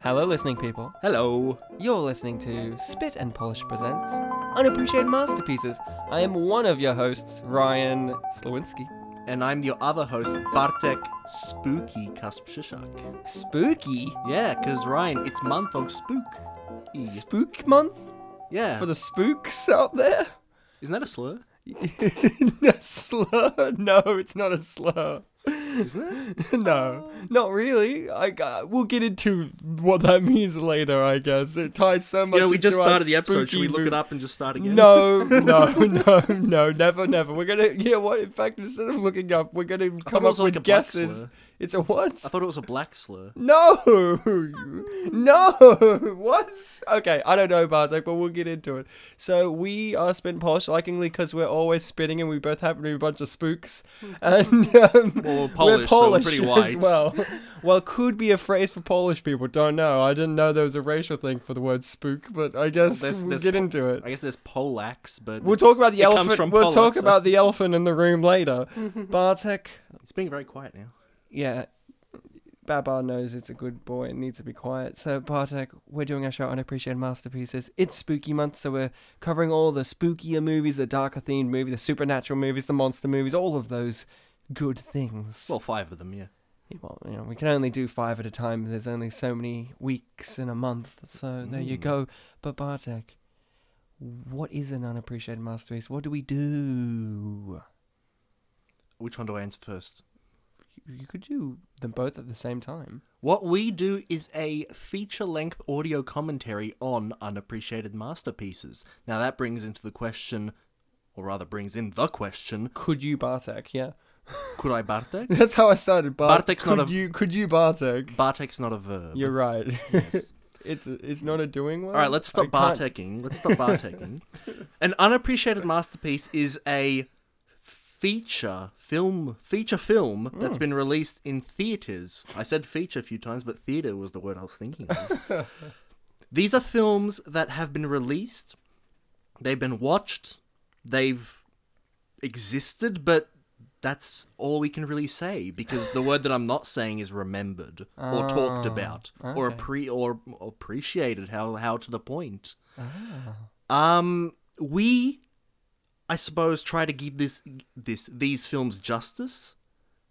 Hello, listening people. Hello. You're listening to Spit and Polish Presents Unappreciated Masterpieces. I am one of your hosts, Ryan Slowinski. And I'm your other host, Bartek Spooky Kasprzyszak. Spooky? Yeah, because Ryan, it's month of spook. E, Spook month? Yeah. For the spooks out there? Isn't that a slur? a slur? No, it's not a slur. Isn't it? no, not really. I uh, we'll get into what that means later. I guess it ties so much. You know, we into just our started the episode. Should we spooky look mood. it up and just start again? No, no, no, no, never, never. We're gonna, you know what? In fact, instead of looking up, we're gonna thought come it up was with like a black guesses. slur. It's a what? I thought it was a black slur. No, no, what? Okay, I don't know, Bartek, but we'll get into it. So we are spin polish, likingly because we're always spinning, and we both happen to be a bunch of spooks, and um, Well, we're we're Polish, so we're Polish pretty as white. well. Well, could be a phrase for Polish people. Don't know. I didn't know there was a racial thing for the word spook, but I guess there's- we'll there's get po- into it. I guess there's Polax, but We'll it's- talk about the it comes elephant. from we'll Poland, talk so- about the elephant in the room later. Bartek, It's being very quiet now. yeah, Baba knows it's a good boy and needs to be quiet. So Bartek, we're doing our show on appreciated masterpieces. It's spooky month, so we're covering all the spookier movies, the darker themed movies, the supernatural movies, the monster movies, all of those good things. Well, five of them, yeah. Yeah, well, you know, we can only do five at a time. There's only so many weeks in a month, so there you Mm. go. But Bartek, what is an unappreciated masterpiece? What do we do? Which one do I answer first? You could do them both at the same time. What we do is a feature length audio commentary on unappreciated masterpieces. Now, that brings into the question, or rather, brings in the question Could you Bartek? Yeah, could I Bartek? that's how I started. Bart- Bartek's could not a- you could you Bartek? Bartek's not a verb. You're right. Yes. it's a, it's not a doing one. All right, let's I stop can't- Barteking. Let's stop Barteking. An unappreciated masterpiece is a feature film feature film that's been released in theaters. I said feature a few times, but theater was the word I was thinking of. These are films that have been released. They've been watched. They've existed, but that's all we can really say because the word that I'm not saying is remembered or talked about Ah, or okay. appre- or appreciated. How how to the point. Ah. Um, we, I suppose, try to give this this these films justice.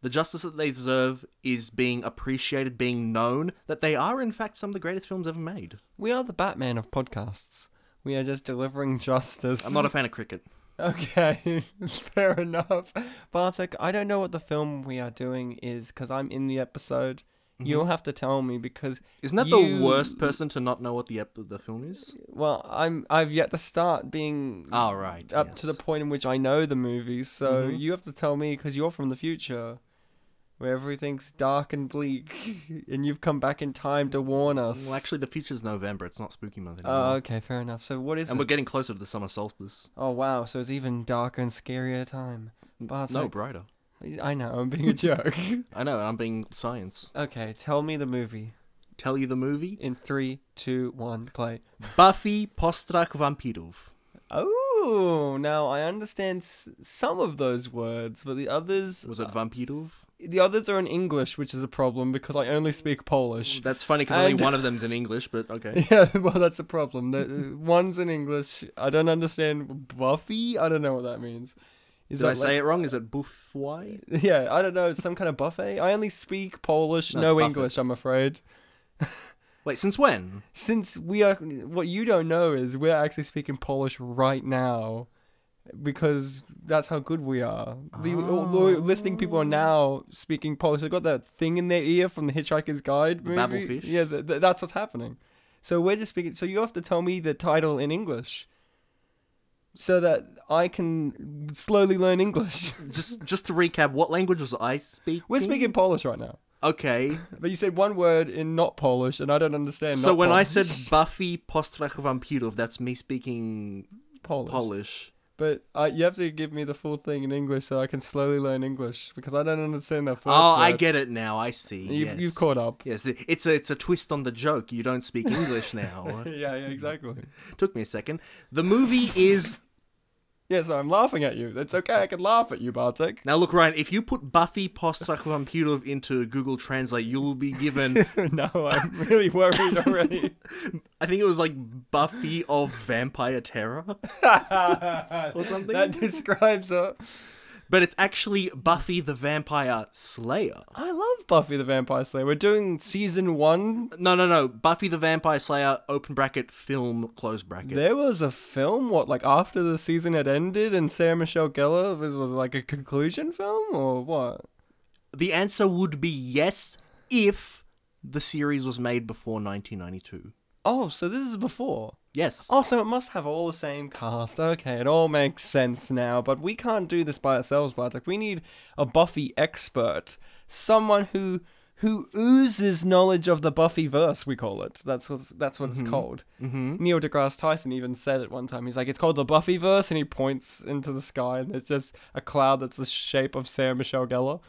The justice that they deserve is being appreciated, being known that they are in fact some of the greatest films ever made. We are the Batman of podcasts. We are just delivering justice. I'm not a fan of cricket. Okay, fair enough. Bartek, I don't know what the film we are doing is because I'm in the episode. You'll have to tell me because Mm-hmm. Isn't that you- Uh, the worst person to not know what the ep- the film is? Well, I'm I've yet to start being Oh, right. up to the yes. Mm-hmm. point in which I know the movie, so you have to tell me because you're from the future, where everything's dark and bleak, and you've come back in time to warn us. Well, actually, the future's November. It's not spooky month anymore. Oh, okay, fair enough. So what is and we're it? getting closer to the summer solstice. Oh wow, so it's even darker and scarier time. Bartek, No, brighter. I know I'm being a jerk. I know, and I'm being science. Okay, tell me the movie Tell you the movie in three, two, one, play. Buffy Postrak Vampirów. Oh, now I understand s- some of those words, but the others, Was it Vampirów? the others are in English, which is a problem because I only speak Polish. That's funny because only And- one of them's in English, but okay. Yeah, well, that's a problem. The- one's in English. I don't understand Buffy. I don't know what that means. Is Did I that say it wrong? Is it Buffy? like- Yeah, I don't know. It's some kind of buffet. I only speak Polish, No, no, it's buffet. English. I'm afraid. Wait, since when? Since we are, what you don't know is we're actually speaking Polish right now, because that's how good we are. The, all Oh. the listening people are now speaking Polish. They got that thing in their ear from the Hitchhiker's Guide movie. Babelfish? Yeah, th- th- that's what's happening. So we're just speaking. So you have to tell me the title in English, so that I can slowly learn English. Just just to recap, what language was I speaking? We're speaking Polish right now, Okay. but you said one word in not Polish, and I don't understand. So not when I Polish. said Buffy Postrak Vampirów, that's me speaking Polish. Polish. But uh, you have to give me the full thing in English so I can slowly learn English because I don't understand that first. Oh, I word. get it now. I see. You've- yes. you've caught up. Yes, it- it's a it's a twist on the joke. You don't speak English now. Yeah, yeah, exactly. Took me a second. The movie is Yes, I'm laughing at you. That's okay. I can laugh at you, Bartek. Now, look, Ryan, if you put Buffy Postvacuumputilov into Google Translate, you will be given, no, I'm really worried already. I think it was like Buffy of Vampire Terror or something. that describes her. But it's actually Buffy the Vampire Slayer. I love Buffy the Vampire Slayer. We're doing season one. No, no, no. Buffy the Vampire Slayer, open bracket, film, close bracket. There was a film, what, like after the season had ended and Sarah Michelle Gellar was, was like a conclusion film or what? The answer would be yes if the series was made before 1992. Oh, so this is before. Yes. Oh, so it must have all the same cast. Okay, it all makes sense now. But we can't do this by ourselves, Bartek. We need a Buffy expert, someone who who oozes knowledge of the Buffy verse. We call it. That's what that's what it's called. Mm-hmm. Neil deGrasse Tyson even said it one time. He's like, "It's called the Buffy verse," and he points into the sky, and there's just a cloud that's the shape of Sarah Michelle Gellar.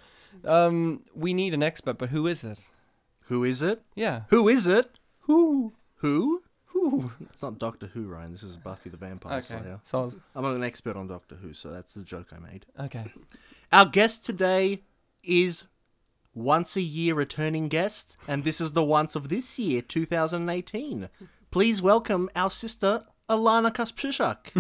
Um, we need an expert, but who is it? Who is it? Yeah, Who is it? who? Who? Who? It's not Doctor Who, Ryan. This is Buffy the Vampire Okay, Slayer. so I was- I'm not an expert on Doctor Who, so that's the joke I made. okay. Our guest today is once a year returning guest, and this is the once of this year, 2018. Please welcome our sister Alana Kaspshishak.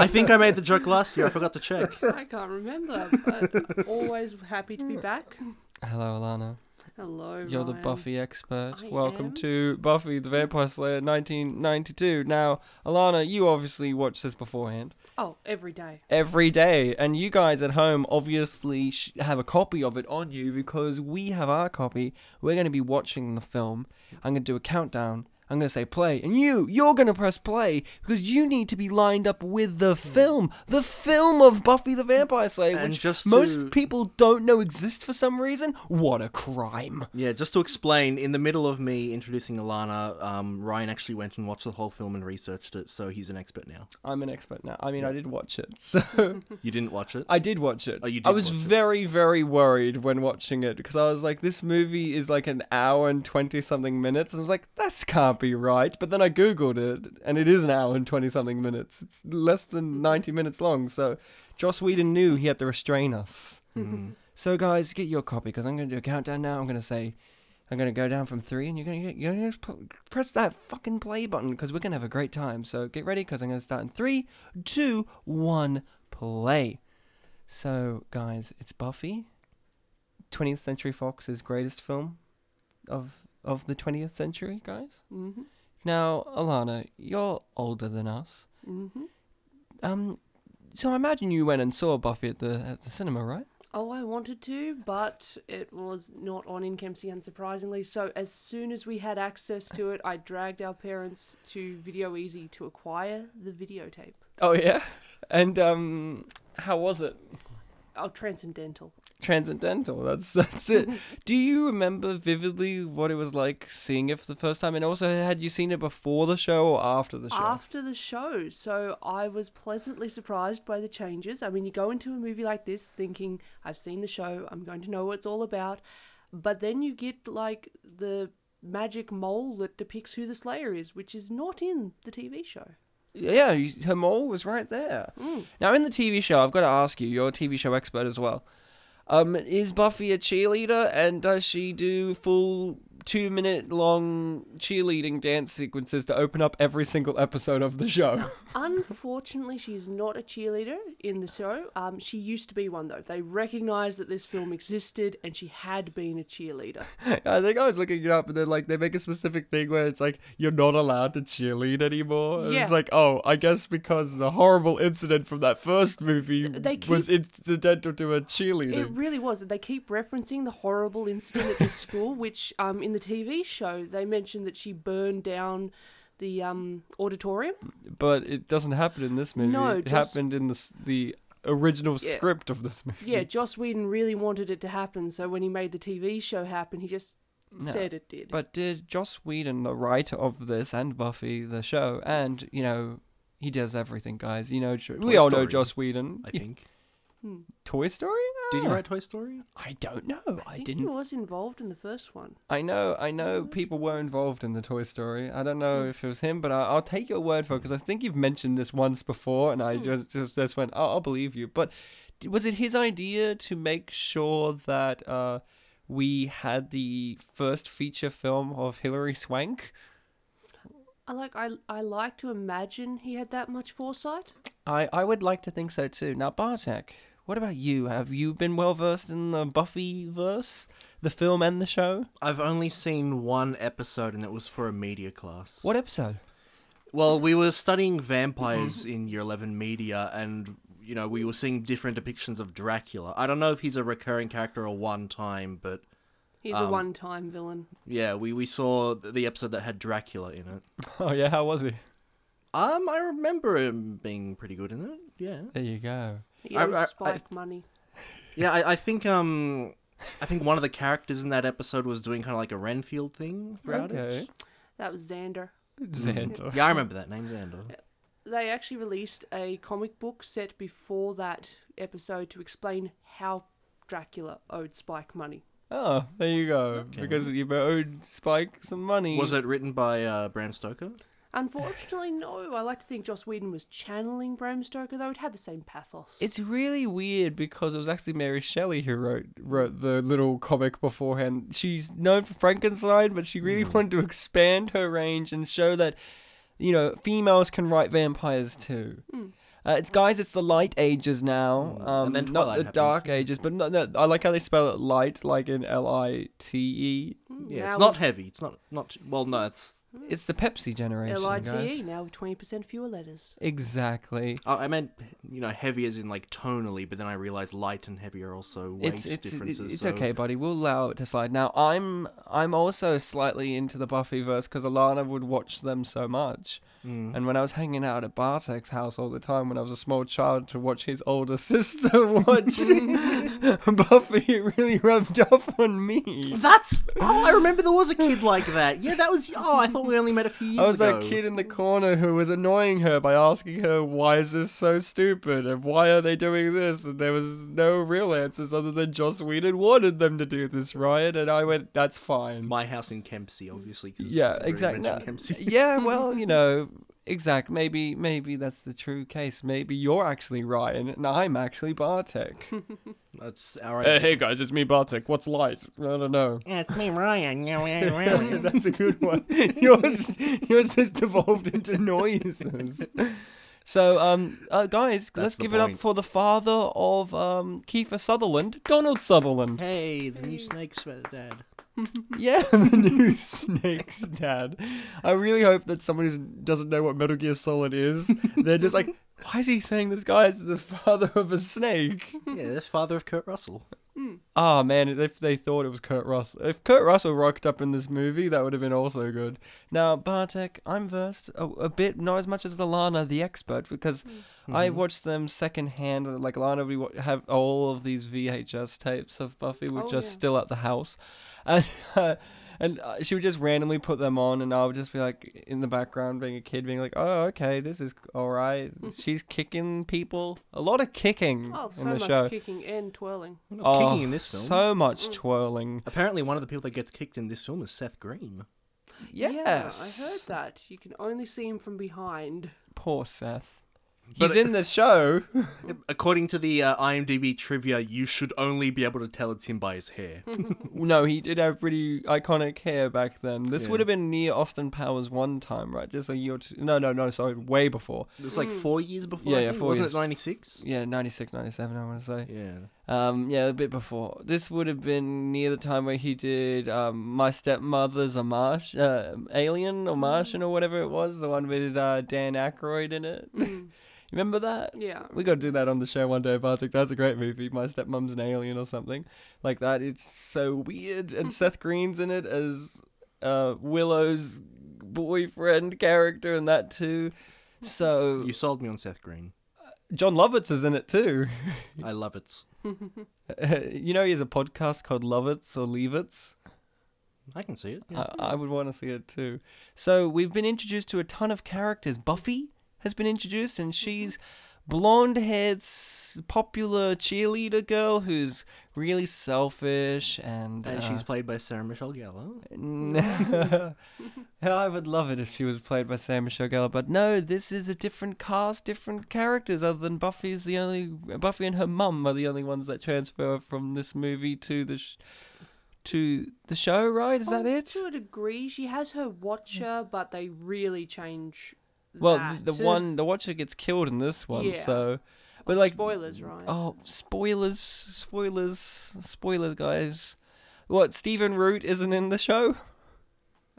I think I made the joke last year. I forgot to check. I can't remember, but always happy to be back. Hello, Alana. Hello, You're the Ryan. Buffy expert. I Welcome am. to Buffy the Vampire Slayer 1992. Now, Alana, you obviously watched this beforehand Oh, every day. every day, and you guys at home obviously sh- have a copy of it on you because we have our copy. We're going to be watching the film. I'm going to do a countdown. I'm going to say play, and you, you're going to press play because you need to be lined up with the film, the film of Buffy the Vampire Slayer, Hmm. And which just most to- people don't know exists for some reason. What a crime! Yeah, just to explain, in the middle of me introducing Alana, um, Ryan actually went and watched the whole film and researched it, so he's an expert now. I'm an expert now. I mean, I did watch it, so You didn't watch it? I did watch it. Oh, you I did was watch it. very, very worried when watching it because I was like, this movie is like an hour and twenty something minutes, and I was like, this can't be right. But then I googled it, and it is an hour and twenty something minutes. It's less than ninety minutes long. So Joss Whedon knew he had to restrain us. Mm, So guys, get your copy because I'm going to do a countdown now. I'm going to say. I'm gonna go down from three, and you're gonna you're gonna p- press that fucking play button because we're gonna have a great time. So get ready because I'm gonna start in three, two, one, play. So guys, it's Buffy, 20th Century Fox's greatest film of of the 20th century, guys. Mm-hmm. Now, Alana, you're older than us. Mm-hmm. Um, so I imagine you went and saw Buffy at the at the cinema, right? Oh, I wanted to, but it was not on in Kempsey, unsurprisingly. So as soon as we had access to it, I dragged our parents to Video Easy to acquire the videotape. Oh yeah. And um, how was it? Oh, transcendental. transcendental. That's that's it. Do you remember vividly what it was like seeing it for the first time? And also, had you seen it before the show or after the show? after the show. So I was pleasantly surprised by the changes. I mean, you go into a movie like this thinking, I've seen the show, I'm going to know what it's all about. But then you get like the magic mole that depicts who the Slayer is, which is not in the TV show. yeah, you- her mole was right there. Now, in the TV show, I've got to ask you. You're a TV show expert as well. Um, is Buffy a cheerleader, and does she do full two-minute-long cheerleading dance sequences to open up every single episode of the show? Unfortunately, she is not a cheerleader in the show. Um, she used to be one, though. They recognized that this film existed and she had been a cheerleader. I think I was looking it up, and then like they make a specific thing where it's like you're not allowed to cheerlead anymore. And It's Yeah. like, oh, I guess because the horrible incident from that first movie they was keep- incidental to a It cheerleading. really was. They keep referencing the horrible incident at this school, which um, in the TV show they mentioned that she burned down the um, auditorium. but it doesn't happen in this movie. No, it just- happened in the s- the original Yeah. script of this movie. Yeah, Joss Whedon really wanted it to happen, so when he made the TV show happen, he just No, said it did. But did Joss Whedon, the writer of this, and Buffy, the show, and you know, he does everything, guys. You know, Jo- we all know Story, Joss Whedon. I think. Toy Story? Did he Ah, write Toy Story? I don't know. I I, think didn't. He was involved in the first one. I know. I know. People were involved in the Toy Story. I don't know if it was him, but I, I'll take your word for it because I think you've mentioned this once before, and I just just, just went, oh, I'll believe you. But d- was it his idea to make sure that uh, we had the first feature film of Hilary Swank? I like. I I like to imagine he had that much foresight. I, I would like to think so too. Now, Bartek, what about you? Have you been well versed in the Buffy verse, the film and the show? I've only seen one episode, and it was for a media class. What episode? Well, we were studying vampires in year 11 media, and, you know, we were seeing different depictions of Dracula. I don't know if he's a recurring character or one time, but He's a one-time villain. yeah, we, we saw th- the episode that had Dracula in it. Oh, yeah, how was he? Um, I remember him being pretty good in it, yeah. There you go. He I- owes I- I- Spike money. Yeah, I, I think, um, I think one of the characters in that episode was doing kind of like a Renfield thing throughout Okay. it. That was Xander. Xander. Yeah, I remember that name, Xander. They actually released a comic book set before that episode to explain how Dracula owed Spike money. Oh, there you go. Because you owed Spike some money. Was it written by uh, Bram Stoker? Unfortunately, no. I like to think Joss Whedon was channeling Bram Stoker, though it had the same pathos. It's really weird because it was actually Mary Shelley who wrote wrote the little comic beforehand. She's known for Frankenstein, but she Hmm. really wanted to expand her range and show that you know females can write vampires too. Hmm. Uh, it's guys, it's the light ages now, um, Hmm. And then not Twilight the happened. dark ages. But no, no, I like how they spell it light, like in L I T E. Yeah, it's Now- not heavy. It's not not well. No, it's. It's the Pepsi generation, Hmm. L I T E guys. now twenty percent fewer letters. Exactly. I I meant you know heavy as in like tonally, but then I realized light and heavy are also weight it's it's, differences. it's so- okay, buddy. We'll allow it to slide. Now, I'm I'm also slightly into the Buffyverse because Alana would watch them so much, hmm. Mm-hmm. and when I was hanging out at Bartek's house all the time when I was a small child to watch his older sister watch Buffy, it really rubbed off on me. That's oh, I remember there was a kid like that. Yeah, that was. Oh, I thought we only met a few years I was ago. that kid in the corner who was annoying her by asking her, why is this so stupid? And why are they doing this? And there was no real answers other than Joss Whedon wanted them to do this, right? And I went, that's fine. My house in Kempsey, obviously. 'cause yeah, we already exactly. mentioned No, Kempsey. yeah, well, you know, exact. Maybe, maybe that's the true case. Maybe you're actually Ryan and I'm actually Bartek. That's all right. Uh, hey guys, it's me, Bartek. What's light? I don't know. Yeah, it's me, Ryan. Yeah, yeah, yeah. that's a good one. yours, yours just evolved into noises. So, um, uh, guys, let's the give it up point. for the father of um, Kiefer Sutherland, Donald Sutherland. hey, the new snake's dad. Yeah, the new Snake's dad. I really hope that someone who doesn't know what Metal Gear Solid is, they're just like, why is he saying this guy is the father of a snake? Yeah, that's father of Kurt Russell. Ah man, if they thought it was Kurt Russell, if Kurt Russell rocked up in this movie, that would have been also good. Now Bartek, I'm versed a, a bit, not as much as Alana, the expert, because Mm-hmm. I watched them secondhand. Like Alana, we wa- have all of these VHS tapes of Buffy, which Oh, are yeah. still at the house, and. Uh, and uh, she would just randomly put them on, and I would just be like in the background, being a kid, being like, "Oh, okay, this is all right." She's kicking people, a lot of kicking Oh, so in Mm, the much show. kicking and twirling. I was Oh, kicking in this film. So Mm. much twirling. Apparently, one of the people that gets kicked in this film is Seth Green. Yes. Yeah, I heard that. You can only see him from behind. Poor Seth. He's But it- in the show. According to the uh, IMDb trivia, you should only be able to tell it's him by his hair. no, he did have pretty iconic hair back then. This would have been near Austin Powers one time, right? Just a year or two. No, no, no, sorry. Way before. It's like four years Mm. before. Yeah, I yeah, think. four Wasn't years. it ninety six? Yeah, 96, 97, I want to say. Yeah. Um, yeah, a bit before. This would have been near the time where he did um, My Stepmother's a Marsh, uh, Alien or Martian or whatever it was, the one with uh, Dan Aykroyd in it. Mm. Remember that? Yeah. We gotta do that on the show one day, Bartek. That's a great movie. My stepmom's an alien or something like that. It's so weird, and Seth Green's in it as uh, Willow's boyfriend character, and that too. So You sold me on Seth Green. John Lovitz is in it too. I love it. you know, he has a podcast called Lovitz or Leavitz. I can see it. yeah. I, I would want to see it too. Mm-hmm. So we've been introduced to a ton of characters. Buffy has been introduced, and she's blonde-haired, s- popular cheerleader girl who's really selfish and And uh, she's played by Sarah Michelle Gellar. N- uh, I would love it if she was played by Sarah Michelle Gellar, but no, this is a different cast, different characters. Other than Buffy is the only Buffy and her mum are the only ones that transfer from this movie to the sh- to the show. Right? Is that Oh, it? To a degree, she has her watcher, but they really change. Well, that. the, the one the Watcher gets killed in this one, Yeah. so but Well, like spoilers, right? oh spoilers, spoilers, spoilers, guys. What Stephen Root isn't in the show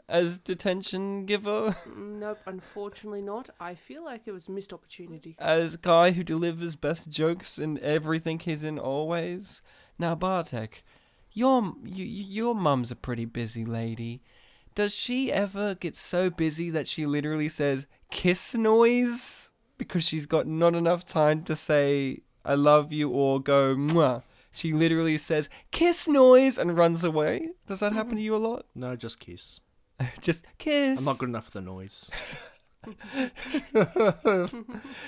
as detention giver? Nope, unfortunately not. I feel like it was missed opportunity. as guy who delivers best jokes in everything he's in always. Now Bartek, your you, your mum's a pretty busy lady. Does she ever get so busy that she literally says kiss noise because she's got not enough time to say I love you or go mwah? She literally says kiss noise and runs away. Does that happen to you a lot? No, just kiss. Just kiss. Mm-hmm. I'm not good enough for the noise.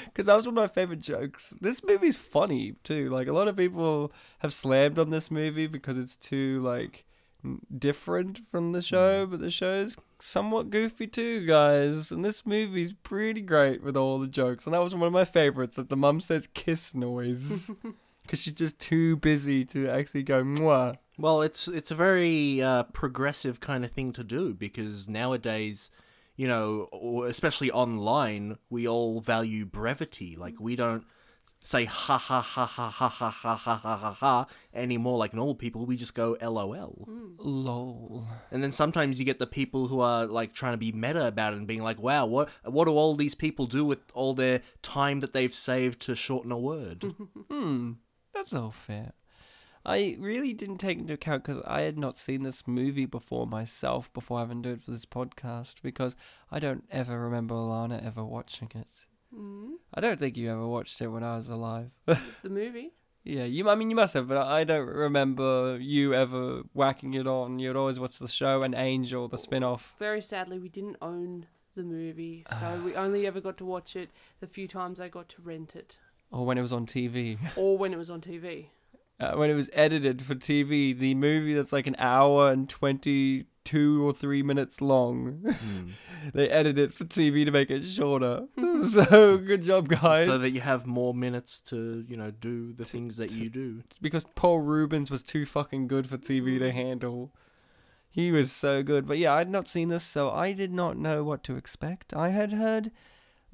Because that was one of my favorite jokes. This movie's funny too. Like a lot of people have slammed on this movie because it's too like n- different from the show, but the show's somewhat goofy too, guys. And this movie's pretty great with all the jokes. And that was one of my favorites that the mum says kiss noise because she's just too busy to actually go mwah. Well, it's it's a very uh, progressive kind of thing to do because nowadays, you know, or especially online, we all value brevity. Like we don't say ha ha ha ha ha ha ha ha ha ha ha anymore like normal people. We just go lol. Lol. And then sometimes you get the people who are like trying to be meta about it and being like, "Wow, what what do all these people do with all their time that they've saved to shorten a word?" Hmm, that's all fair. I really didn't take into account because I had not seen this movie before myself before I even do it for this podcast because I don't ever remember Alana ever watching it. Mm. I don't think you ever watched it when I was alive. The movie? yeah, you. I mean, you must have, but I don't remember you ever whacking it on. You'd always watch the show and Angel, the spin-off. Very sadly, we didn't own the movie, so Ah. we only ever got to watch it the few times I got to rent it, or when it was on TV. or when it was on TV. uh, when it was edited for TV, the movie that's like an hour and 22 or 3 minutes long, Hmm. they edited it for TV to make it shorter. so good job, guys. so that you have more minutes to, you know, do the things that you do. because Paul Rubens was too fucking good for TV to handle. He was so good. But yeah, I'd not seen this, so I did not know what to expect. I had heard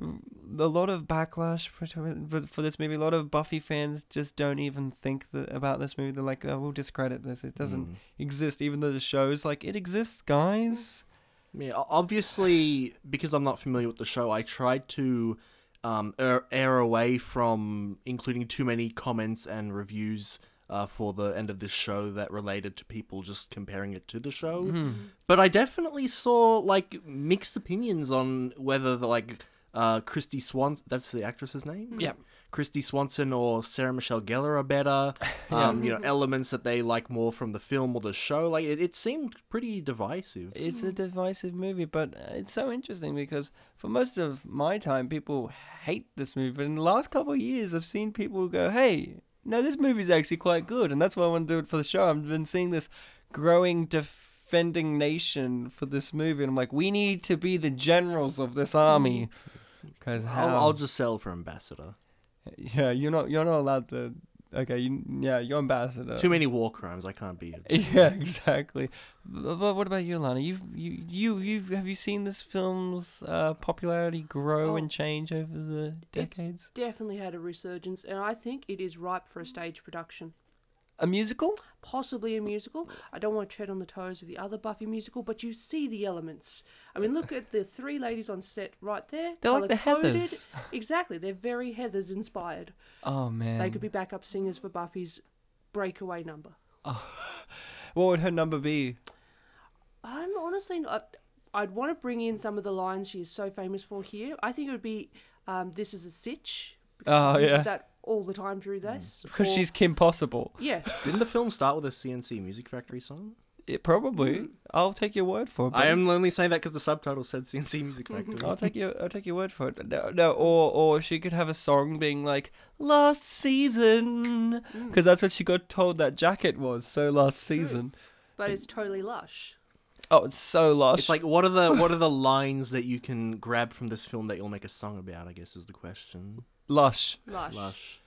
a lot of backlash for, for- for this movie. A lot of Buffy fans just don't even think that, about this movie. They're like, oh, we'll discredit this. It doesn't Mm. exist, even though the show's like, it exists, guys. Yeah, o- obviously, because I'm not familiar with the show, I tried to um, err, err away from including too many comments and reviews uh, for the end of this show that related to people just comparing it to the show. Mm-hmm. But I definitely saw like mixed opinions on whether the, like uh, Christy Swanson, that's the actress's name? Yeah. Christy Swanson or Sarah Michelle Gellar are better. Um, You know, elements that they like more from the film or the show. Like, it, it seemed pretty divisive. It's a divisive movie, but uh, it's so interesting because for most of my time, people hate this movie. But in the last couple of years, I've seen people go, "Hey, no, this movie's actually quite good," and that's why I want to do it for the show. I've been seeing this growing defending nation for this movie, and I'm like, we need to be the generals of this army. Because Hmm. I'll, I'll just sell for ambassador. yeah, you're not you're not allowed to. Okay, you, yeah, you're ambassador. Too many war crimes. I can't be. A... Yeah, exactly. But, but what about you, Lana? You've you you you've, have you seen this film's uh, popularity grow Oh. and change over the It's- decades? Definitely had a resurgence, and I think it is ripe for a stage production. A musical? possibly a musical. I don't want to tread on the toes of the other Buffy musical, but you see the elements. I mean, look at the three ladies on set right there. They're like the colour-coded. Heathers. Exactly, they're very Heathers inspired. Oh man. They could be backup singers for Buffy's breakaway number. What would her number be? I'm honestly not. I'd want to bring in some of the lines she is so famous for here. I think it would be um, "This is a sitch" because Oh, she uses yeah. Mm. that all the time through this. Because or- she's Kim Possible. yeah, Didn't the film start with a CNC Music Factory song? It Mm. probably. I'll take your word for it. I buddy. am only saying that because the subtitle said CNC Music Factory. I'll take your I'll take your word for it. No, no, or or she could have a song being like last season, mm. because that's what she got told that jacket was. So last season. But it's totally lush. Oh, it's so lush. It's like what are the what are the lines that you can grab from this film that you'll make a song about? I guess is the question. lush, Lush. Lush.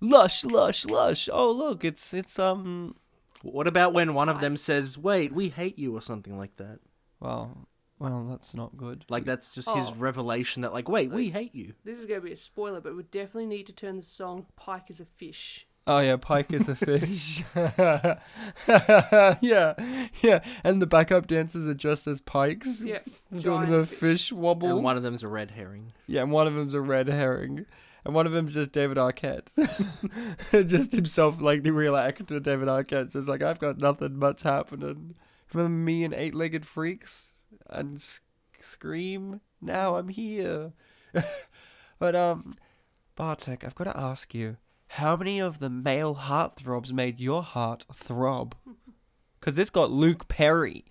lush, lush, lush. Oh look, it's it's um. What about when one of them says, "Wait, we hate you" or something like that? Well, well, that's not good. Like that's just his Oh. revelation that like, "Wait, we hate you." This is going to be a spoiler, but we definitely need to turn the song Pike is a Fish. Oh yeah, Pike is a fish. yeah, yeah, and the backup dancers are dressed as pikes. Yep. doing giant the fish. fish wobble. And one of them's a red herring. Yeah, and one of them's a red herring. And one of them's just David Arquette. just himself, like the real actor David Arquette. Just like, I've got nothing much happening. Remember me and Eight Legged Freaks? And s- Scream? Now I'm here. but, um, Bartek, I've got to ask you how many of the male heartthrobs made your heart throb? Because this got Luke Perry.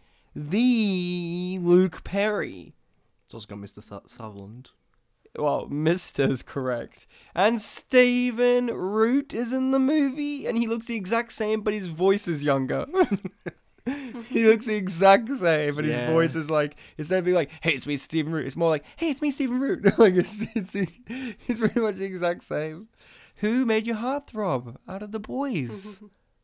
The Luke Perry. It's also got Mr. Th- Sutherland. Well, Mister's correct. And Steven Root is in the movie, and he looks the exact same, but his voice is younger. he looks the exact same, but Yeah. his voice is like, instead of being like, hey, it's me, Steven Root, it's more like, hey, it's me, Steven Root. like, it's, it's, it's pretty much the exact same. Who made your heart throb out of the boys?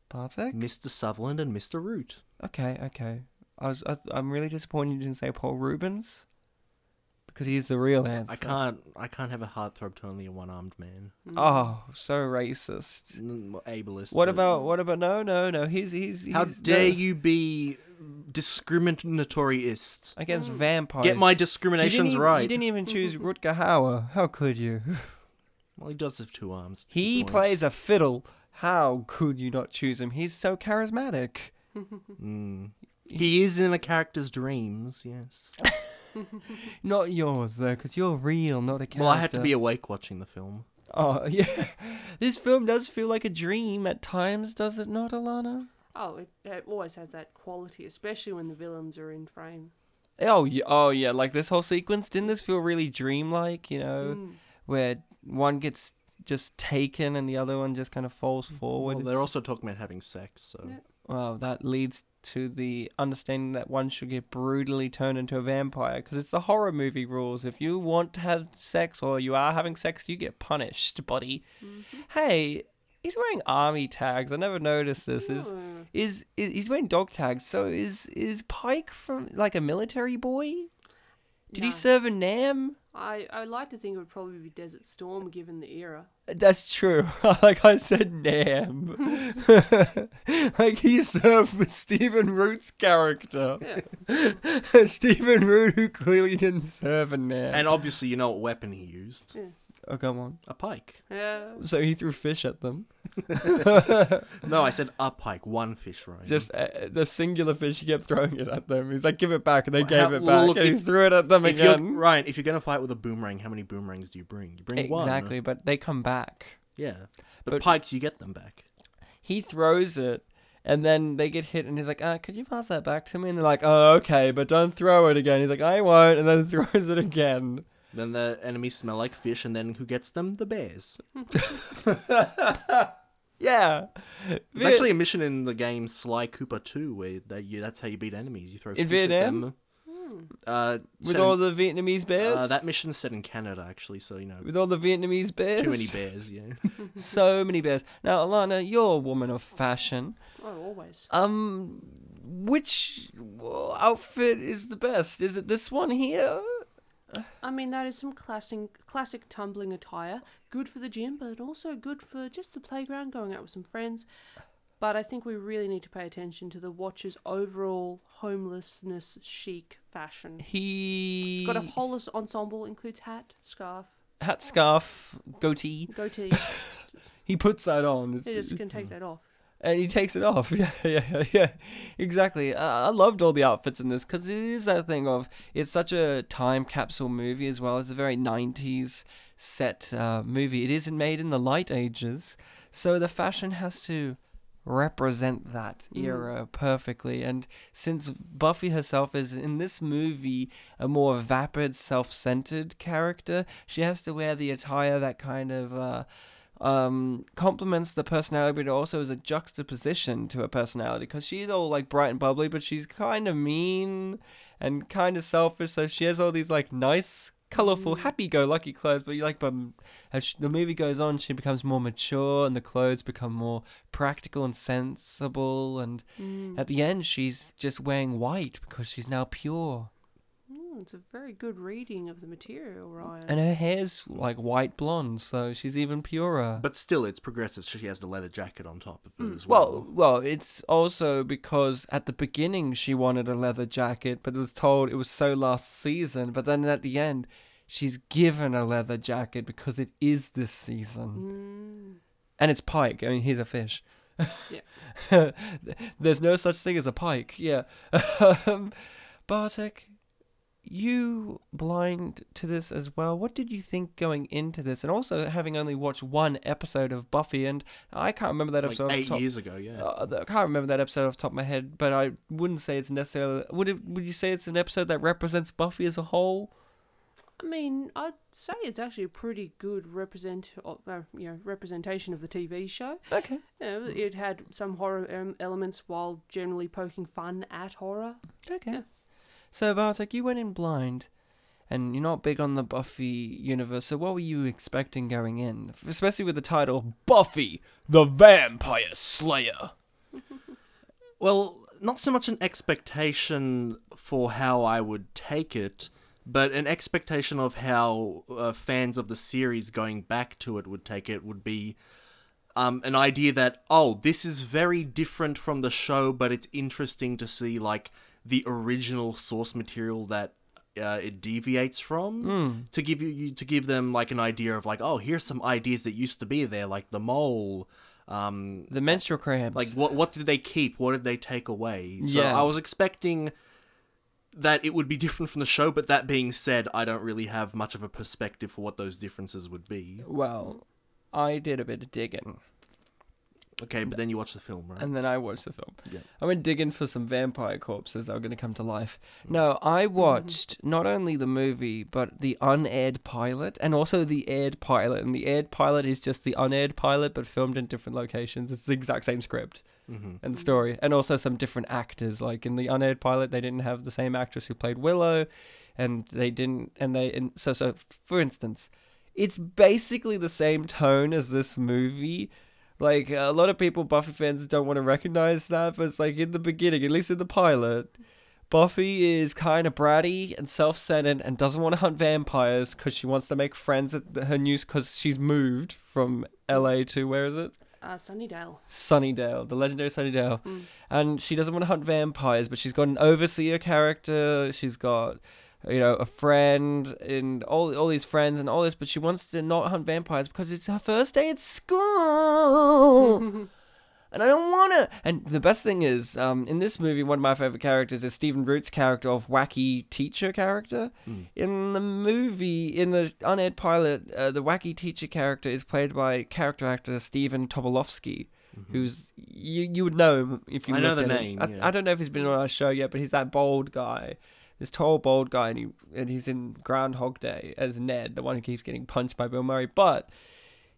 Bartek? Mr. Sutherland and Mr. Root. Okay, okay. I was, I, I'm really disappointed you didn't say Paul Rubens, because he's the real answer. I can't I can't have a heartthrob to only a one-armed man. Oh, so racist. Mm, Ableist. What but- about what about no no no he's he's, he's How dare no. you be discriminatoryist? against vampires? Get You Oh, my didn't e-, discriminations even- You right. didn't even choose Rutger Hauer. How could you? Well, he does have two arms. to He the point. plays a fiddle. How could you not choose him? He's so charismatic. Mm. He is in a character's dreams. Yes. Not yours though, because you're real, not a character. Well, I had to be awake watching the film. Oh yeah, this film does feel like a dream at times, does it not, Alana? Oh, it, it always has that quality, especially when the villains are in frame. Oh yeah, oh yeah. Like this whole sequence didn't this feel really dreamlike? You know, Mm. where one gets just taken and the other one just kind of falls forward. Mm-hmm. Well, It's- they're also talking about having sex, so Yeah. Well, that leads to the understanding that one should get brutally turned into a vampire because it's the horror movie rules. If you want to have sex or you are having sex, you get punished, buddy. Mm-hmm. Hey, he's wearing army tags. I never noticed this. Is, No. is is he's wearing dog tags? So is is Pike from like a military boy? Did No. he serve in Nam? I, I would like to think it would probably be Desert Storm given the era. That's true. like I said, Nam. like he served with Stephen Root's character. Yeah. Stephen Root, who clearly didn't serve a Nam. and obviously you know what weapon he used. oh, come on. A pike. Yeah. So he threw fish at them. No, I said a pike. One fish, right? Just uh, the singular fish, he kept throwing it at them. He's like, give it back. And they Well, gave how- it back. look, and he if- threw it at them if you're, again. Ryan, if you're gonna fight with a boomerang, how many boomerangs do you bring? You bring one. Exactly, but they come back. Yeah. But, But- pikes, you get them back. he throws it and then they get hit and he's like uh, could you pass that back to me and they're like oh okay but don't throw it again he's like i won't and then throws it again Then the enemies smell like fish, and then who gets them? The bears. yeah There's Viet- actually a mission in the game Sly Cooper 2 where they, you, that's how you beat enemies. You throw In fish Vietnam? at them. Uh, Hmm. with set all in- the vietnamese bears uh, that mission's set in Canada, actually, so, you know, with all the vietnamese bears too many bears, yeah. so many bears now alana you're a woman of fashion Oh, always. um which outfit is the best is it this one here I mean, that is some classic, classic tumbling attire. Good for the gym, but also good for just the playground, going out with some friends. But I think we really need to pay attention to the Watcher's overall homelessness chic fashion. he It's got a whole ensemble, includes hat, scarf, hat scarf goatee goatee. he puts that on It's- They just can take that off. and he takes it off. Yeah, yeah, yeah, yeah. Exactly. Uh, I loved all the outfits in this because it is that thing of it's such a time capsule movie as well. It's a very '90s set uh, movie. It isn't made in the light ages, so the fashion has to represent that era perfectly. And since Buffy herself is in this movie a more vapid, self centered character, she has to wear the attire that kind of. Uh, um, complements the personality, but also is a juxtaposition to her personality because she's all like bright and bubbly, but she's kind of mean and kind of selfish. So she has all these like nice, colorful, happy-go-lucky clothes, but you like, but as sh the movie goes on, she becomes more mature, and the clothes become more practical and sensible. And at the end, she's just wearing white because she's now pure, Mm, it's a very good reading of the material, Ryan. and her hair's like white blonde, so she's even purer. But still, it's progressive. So she has the leather jacket on top of it as Hmm. Well, well. well, it's also because at the beginning she wanted a leather jacket, but was told it was so last season. But then at the end, she's given a leather jacket because it is this Mm. season, Mm. and it's pike. I mean, he's a fish. There's no such thing as a pike. Yeah, um, Bartek, you blind to this as well. What did you think going into this, and also having only watched one episode of Buffy, and I can't remember that episode. like off the eight top- years ago, yeah. uh, I can't remember that episode off the top of my head, but I wouldn't say it's necessarily. Would it? Would you say it's an episode that represents Buffy as a whole? I mean, I'd say it's actually a pretty good represent, uh, you know, representation of the TV show. Okay. You know, it had some horror um, elements while generally poking fun at horror. Okay. Yeah. So Bartek, you went in blind, and you're not big on the Buffy universe. So what were you expecting going in, especially with the title Buffy the Vampire Slayer? Well, not so much an expectation for how I would take it, but an expectation of how uh, fans of the series going back to it would take it would be um, an idea that, oh, this is very different from the show, but it's interesting to see, like, the original source material that. Uh, it deviates from to give you, you to give them like an idea of like oh here's some ideas that used to be there like the mole um The menstrual cramps. like what what did they keep? What did they take away? So Yeah. I was expecting that it would be different from the show, but that being said, I don't really have much of a perspective for what those differences would be. well, I did a bit of digging. Okay, but then you watch the film, right? and then I watched the film. Yeah. I went digging for some vampire corpses that were going to come to life. No, I watched not only the movie but the unaired pilot and also the aired pilot. And the aired pilot is just the unaired pilot but filmed in different locations. It's the exact same script Mm-hmm. and story, and also some different actors. Like in the unaired pilot, they didn't have the same actress who played Willow, and they didn't. And they and so so. For instance, it's basically the same tone as this movie. Like a lot of people, Buffy fans don't want to recognize that, but it's like in the beginning, at least in the pilot, Buffy is kind of bratty and self-centered and doesn't want to hunt vampires because she wants to make friends at the- her news because she's moved from LA to where is it? Uh, Sunnydale. Sunnydale, the legendary Sunnydale, and she doesn't want to hunt vampires, but she's got an overseer character. She's got, you know, a friend and all all these friends and all this, but she wants to not hunt vampires because it's her first day at school, and I don't want to. And the best thing is, um, in this movie, one of my favorite characters is Stephen Root's character of wacky teacher character. Hmm. In the movie, in the unaired pilot, uh, the wacky teacher character is played by character actor Stephen Tobolowsky who's you you would know him if you Mm-hmm. I know looked the at him. name, I, yeah. I don't know if he's been on our show yet, but he's that bald guy, this tall bald guy, and he and he's in Groundhog Day as Ned, the one who keeps getting punched by Bill Murray. But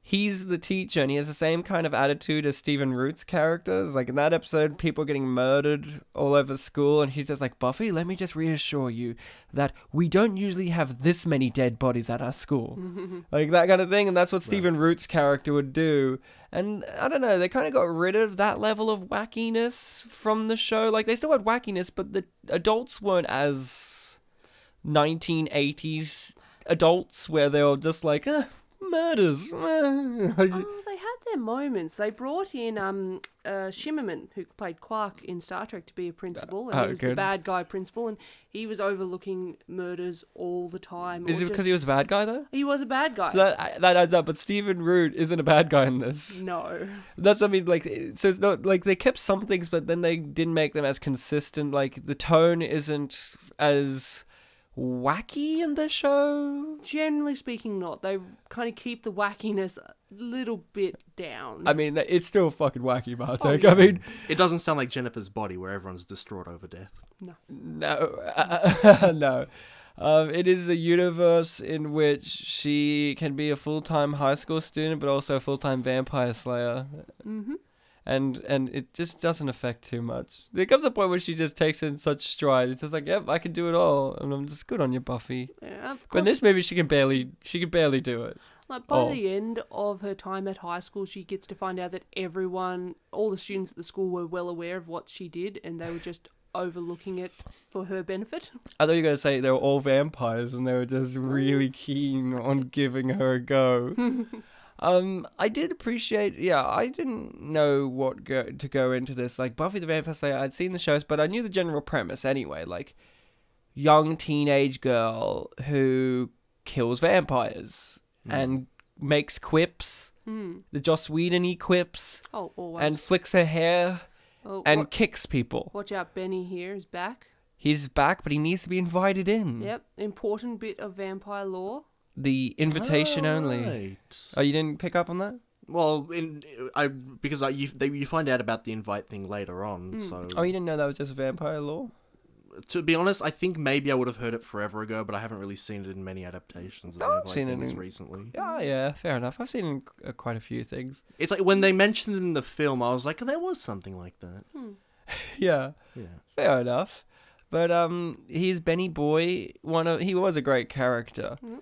he's the teacher, and he has the same kind of attitude as Stephen Root's characters. Like in that episode, people are getting murdered all over school, and he's just like Buffy. Let me just reassure you that we don't usually have this many dead bodies at our school like that kind of thing and that's what stephen root's character would do and i don't know they kind of got rid of that level of wackiness from the show like they still had wackiness but the adults weren't as 1980s adults where they were just like eh, murders eh." Like, Oh, they had their moments. They brought in um, uh, Shimmerman, who played Quark in Star Trek, to be a principal, and oh, he was good. the bad guy principal, and he was overlooking murders all the time. is or it because just- he was a bad guy though he was a bad guy? so that that adds up but stephen root isn't a bad guy in this no. That's what I mean. Like, so it's not like they kept some things, but then they didn't make them as consistent. Like the tone isn't as wacky in the show? Generally speaking, not. They kind of keep the wackiness a little bit down. I mean, th- it's still fucking wacky, Bartek. Oh, yeah. I mean, It doesn't sound like Jennifer's body, where everyone's distraught over death. No, uh, no. Um, it is a universe in which she can be a full time high school student, but also a full time vampire slayer, mm-hmm. and and it just doesn't affect too much. There comes a point where she just takes in such stride. It's just like, yep, I can do it all, and I'm just good on you, Buffy. Yeah, of But in course, this movie, she can barely she can barely do it. like by Oh. the end of her time at high school, she gets to find out that everyone, all the students at the school, were well aware of what she did, and they were just overlooking it for her benefit. I thought you were gonna say they were all vampires and they were just really keen on giving her a go. um, I did appreciate. Yeah, I didn't know what go- to go into this. Like Buffy the Vampire Slayer, I'd seen the shows, but I knew the general premise anyway. Like young teenage girl who kills vampires and makes quips, Hmm. the Joss Whedon quips, Oh, always. and flicks her hair oh, and wa- kicks people. watch out, Benny here is back. He's back, but he needs to be invited in. Yep, important bit of vampire lore. The invitation only. Right. Oh, you didn't pick up on that? Well, in, I because I, you they, you find out about the invite thing later on. So Oh, you didn't know that was just vampire lore? to be honest, I think maybe I would have heard it forever ago, but I haven't really seen it in many adaptations. Of I've Vampire seen it Things in- recently. Yeah, oh, yeah, fair enough. I've seen uh, quite a few things. It's like when they mentioned it in the film, I was like, there was something like that. yeah, Yeah. fair enough. But um, he's Benny Boy. One of he was a great character. Mm.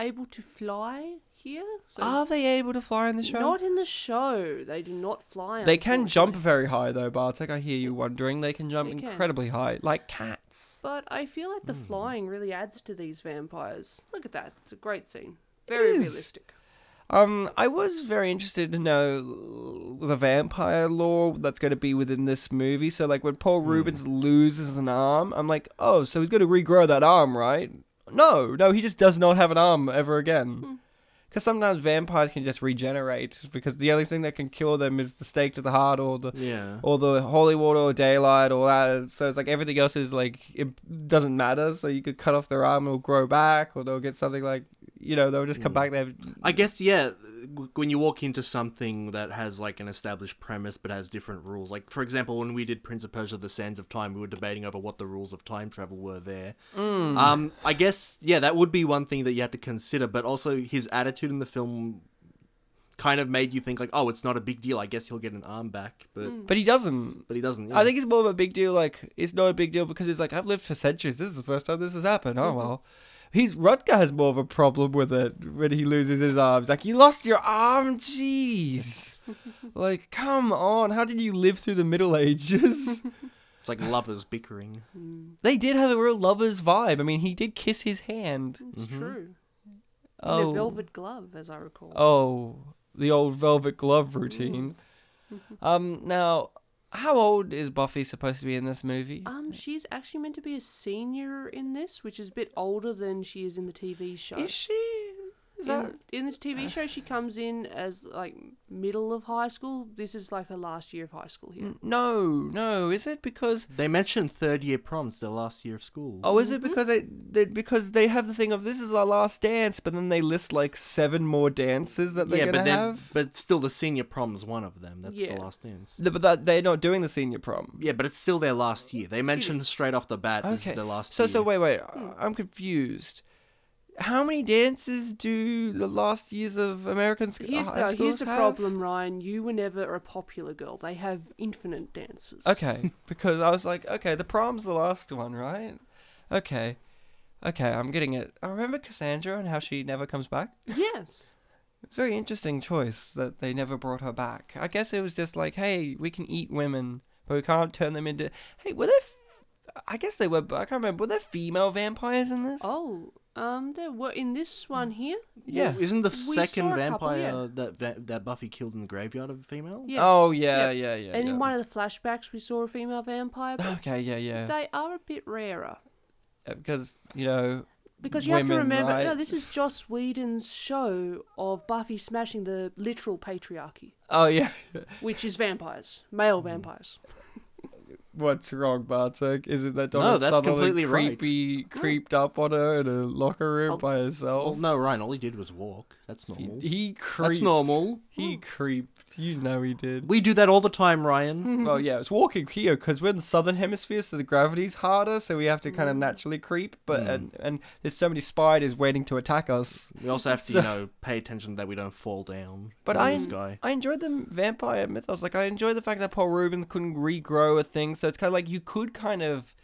Able to fly here? So Are they able to fly Ah, in the show? Not in the show. They do not fly. they can jump unfortunately. very high though, Bartek. I hear you wondering. They can jump They can. incredibly high, like cats. But I feel like the Hmm. flying really adds to these vampires. Look at that. It's a great scene. It Very is. realistic. Um, I was very interested to know the vampire lore that's going to be within this movie. So, like, when Paul Rubens loses an arm, I'm like, oh, so he's going to regrow that arm, right? No, no, he just does not have an arm ever again. Because sometimes vampires can just regenerate because the only thing that can kill them is the stake to the heart or the Yeah. or the holy water or daylight or that. So it's like everything else is like it doesn't matter. So you could cut off their arm, it'll grow back, or they'll get something like you know they'll just come back. They have I guess yeah. w- When you walk into something that has like an established premise but has different rules, like for example, when we did Prince of Persia: The Sands of Time, we were debating over what the rules of time travel were there. Mm. Um, I guess yeah, that would be one thing that you had to consider, but also his attitude in the film kind of made you think like, oh, it's not a big deal. I guess he'll get an arm back, but But he doesn't. but he doesn't. Mm. I yeah. think it's more of a big deal. Like it's not a big deal because it's like I've lived for centuries. This is the first time this has happened. Oh well. He's Rutger has more of a problem with it when he loses his arms. Like you lost your arm, jeez. like come on, how did you live through the Middle Ages? it's like lovers bickering. they did have a real lovers vibe. I mean, he did kiss his hand. It's true. In a Oh, velvet glove, as I recall. oh, the old velvet glove routine. um, now, how old is Buffy supposed to be in this movie? Um, she's actually meant to be a senior in this, which is a bit older than she is in the TV show. Is she? Is in, that in this TV show, she comes in as like middle of high school. This is like her last year of high school Mm. here. no, no? Is it because? They mentioned third year proms, their last year of school. Oh, is it because they, they because they have the thing of this is our last dance, but then they list like seven more dances that they're yeah, gonna but then have. but still, the senior prom's one of them. That's Yeah. the last dance. Th- But that they're not doing the senior prom. Yeah, but it's still their last year. They mentioned straight off the bat this Okay. is their last so year. so wait wait, I'm confused. How many dances do the last years of American sc- Here's high the, schools here's the have? problem, Ryan. You were never a popular girl. They have infinite dances. Okay, because I was like, okay, the prom's the last one, right? Okay, okay, I'm getting it. I remember Cassandra and how she never comes back. Yes. It's a very interesting choice that they never brought her back. I guess it was just like, hey, we can eat women, but we can't turn them into. Hey, were there? F- I guess they were, but I can't remember. Were there female vampires in this? Oh, um, there were in this one here. yeah. Isn't the saw second a couple, vampire yeah. that, that that Buffy killed in the graveyard of a female? Yes. Oh yeah, yeah, yeah. and yeah. in one of the flashbacks, we saw a female vampire, but Okay, yeah, yeah. they are a bit rarer. Uh, Because you know, Because you have to Women, remember, no, right? this is Joss Whedon's show of Buffy smashing the literal patriarchy, oh yeah, Mm. which is vampires, male vampires. what's wrong, Bartek? Is it that Donald No, that's Sutherland completely right. creepy creeped up on her in a locker Oh. room by Well, herself? no, Ryan. All he did was walk. That's normal. He creeped. That's normal. He creeped. You know he did. We do that all the time, Ryan. Well, yeah, it's walking here because we're in the southern hemisphere, so the gravity's harder, so we have to kind of naturally creep. But and, and there's so many spiders waiting to attack us. We also have to, you know, pay attention that we don't fall down. But Look at I, this guy. I enjoyed the vampire mythos. Like I enjoyed the fact that Paul Rubens couldn't regrow a thing, so it's kind of like you could kind of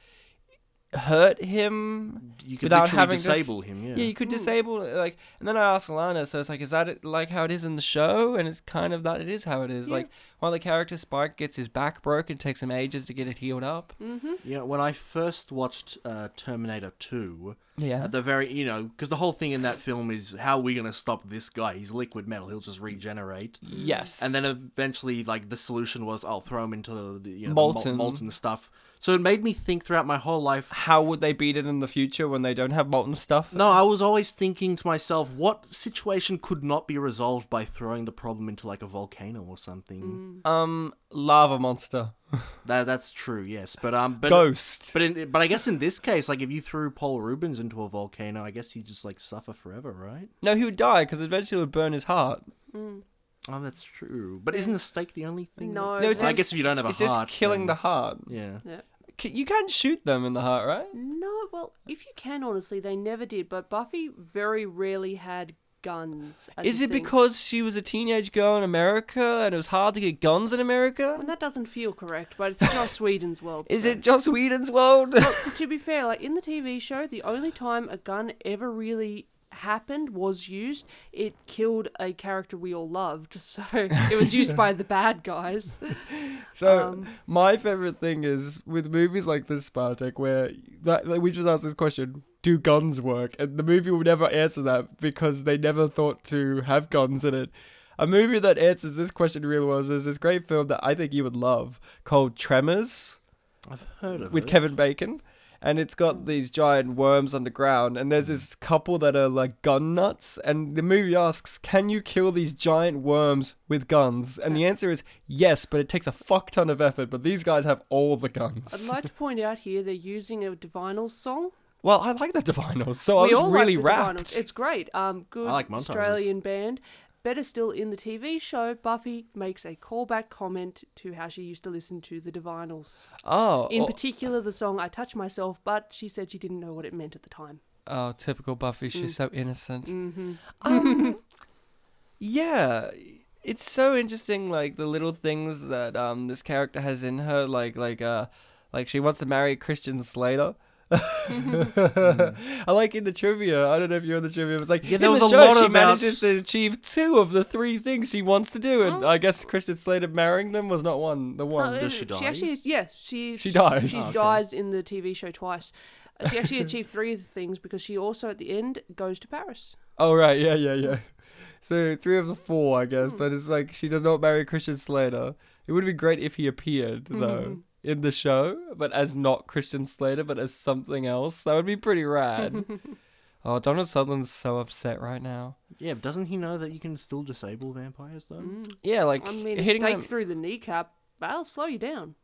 hurt him You could without literally having to s- disable him. Yeah. Yeah, Hmm. you could disable like. And then I asked Alana, so it's like, is that it- like how it is in the show? And it's kind of that it is how it is. Like one of the characters, Spike, gets his back broken, takes him ages to get it healed up. You know, when I first watched uh, Terminator 2, Yeah. at the very, you know, because the whole thing in that film is how are we going to stop this guy? He's liquid metal, he'll just regenerate. Yes. And then eventually, like, the solution was I'll throw him into the, you know, The Molten. mol- molten stuff. So it made me think throughout my whole life. how would they beat it in the future when they don't have molten stuff? No, I was always thinking to myself, what situation could not be resolved by throwing the problem into like a volcano or something? Um, lava monster, That that's true, yes. But um, but ghost. But in, but I guess in this case, like if you threw Paul Rubens into a volcano, I guess he'd just like suffer forever, right? no, he would die because eventually it would burn his heart. Oh, that's true. But isn't the stake the only thing? that- No, No, it's Well, I just- guess if you don't have a It's heart, just killing then- the heart. Yeah. Yeah. C- You can't shoot them in the heart, right? No, well, if you can, honestly, they never did. But Buffy very rarely had guns. as Is a it thing. because she was a teenage girl in America and it was hard to get guns in America? And that doesn't feel correct, but it's Joss Whedon's world. Is so- it Joss Whedon's world? to be fair, like in the TV show, the only time a gun ever really happened was used, it killed a character we all loved. So it was used by the bad guys. so my favorite thing is with movies like this, Spartak, where that, like, we just asked this question: Do guns work? And the movie will never answer that because they never thought to have guns in it. A movie that answers this question in real world is this great film that I think you would love called Tremors. I've heard of with it. Kevin Bacon, and it's got these giant worms underground, and there's this couple that are like gun nuts, and the movie asks, "Can you kill these giant worms with guns?" And the answer is yes, but it takes a fuck ton of effort. But these guys have all the I'd guns. like to point out here they're using a Divinals song. well, I like the Divinos, so we Oh, I all was really like the wrapped. Divinals. It's great. Um, good I like montages. Australian band. Better still, in the TV show, Buffy makes a callback comment to how she used to listen to the Divinals. oh, In oh, particular, the song "I Touch Myself," but she said she didn't know what it meant at the time. oh, typical Buffy. She's so innocent. Um, yeah, it's so interesting. Like the little things that um this character has in her. Like like uh like she wants to marry Christian Slater. I like in the trivia. I don't know if you're in the trivia. But it's like Mm. Yeah, in there was the a show, lot she about- manages to achieve two of the three things she wants to do, and I guess Christian Slater marrying them was not one. The one. No, does she die? actually, yeah, she She dies. Oh, Oh. She okay. dies in the TV show twice. Uh, She actually achieved three of the things because she also at the end goes to Paris. Oh right, yeah, yeah, yeah. So three of the four, I guess, but it's like she does not marry Christian Slater. It would be great if he appeared though in the show, but as not Christian Slater, but as something else. That would be pretty rad. oh, Donald Sutherland's so upset right now. Yeah, but doesn't he know that you can still disable vampires though? Yeah, like I mean, a hitting stake them- through the kneecap. That'll slow you down.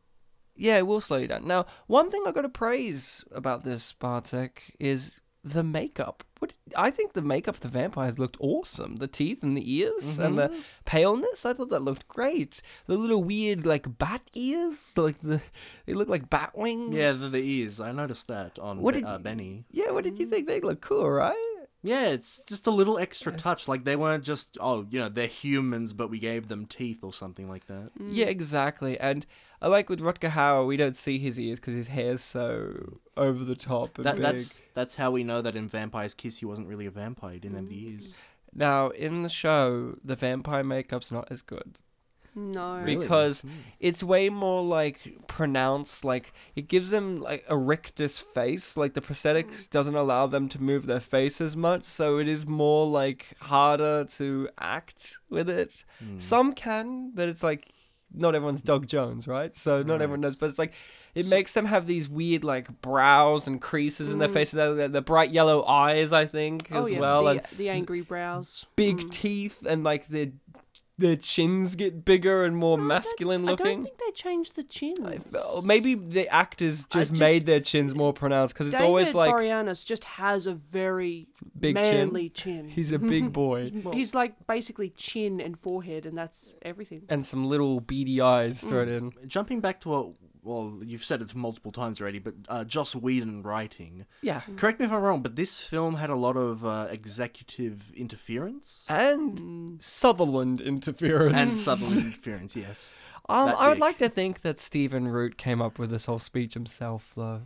Yeah, it will slow you down. Now, one thing I got to praise about this Bartek is the makeup. What I think the makeup of the vampires looked awesome. The teeth and the ears and Mm-hmm. the paleness. I thought that looked great. The little weird like bat ears, like the they look like bat wings. Yeah, the, the ears. I noticed that on What Be- did- uh, Benny. yeah. What Mm. did you think? They look cool, right? Yeah, it's just a little extra touch. Like they weren't just oh, you know, they're humans, but we gave them teeth or something like that. Yeah, exactly. And I like with Rutger Hauer, we don't see his ears because his hair's so over the top. And That, big. that's that's how we know that in Vampire's Kiss he wasn't really a vampire. He didn't Mm. have the ears. now in the show, the vampire makeup's not as good. No. Really? Hmm. because it's way more like pronounced like it gives them like a rictus face like the Mm. prosthetics doesn't allow them to move their face as much so it is more like harder to act with it Hmm. some can but it's like not everyone's Doug Jones, right? So not everyone knows, but it's like it makes them have these weird like brows and creases in their face, and the, the bright yellow eyes, I think, Mm. Oh as yeah, well, the, and Hmm. the angry brows. big teeth and like the their chins get bigger and more masculine I don't looking. think they changed the chin. Or Maybe the actors just, just- made their chins more pronounced because it's David always like Boreanaz just has a very big chin. manly chin. He's a big boy He's like basically chin and forehead, and that's everything. and some little beady eyes thrown in. Jumping back to what, well, you've said it multiple times already, but uh, Joss Whedon writing. Yeah. Correct me if I'm wrong, but this film had a lot of uh, executive interference And Sutherland interference. and subtle interference. Yes, um, that I would dick. like to think that Stephen Root came up with this whole speech himself, though.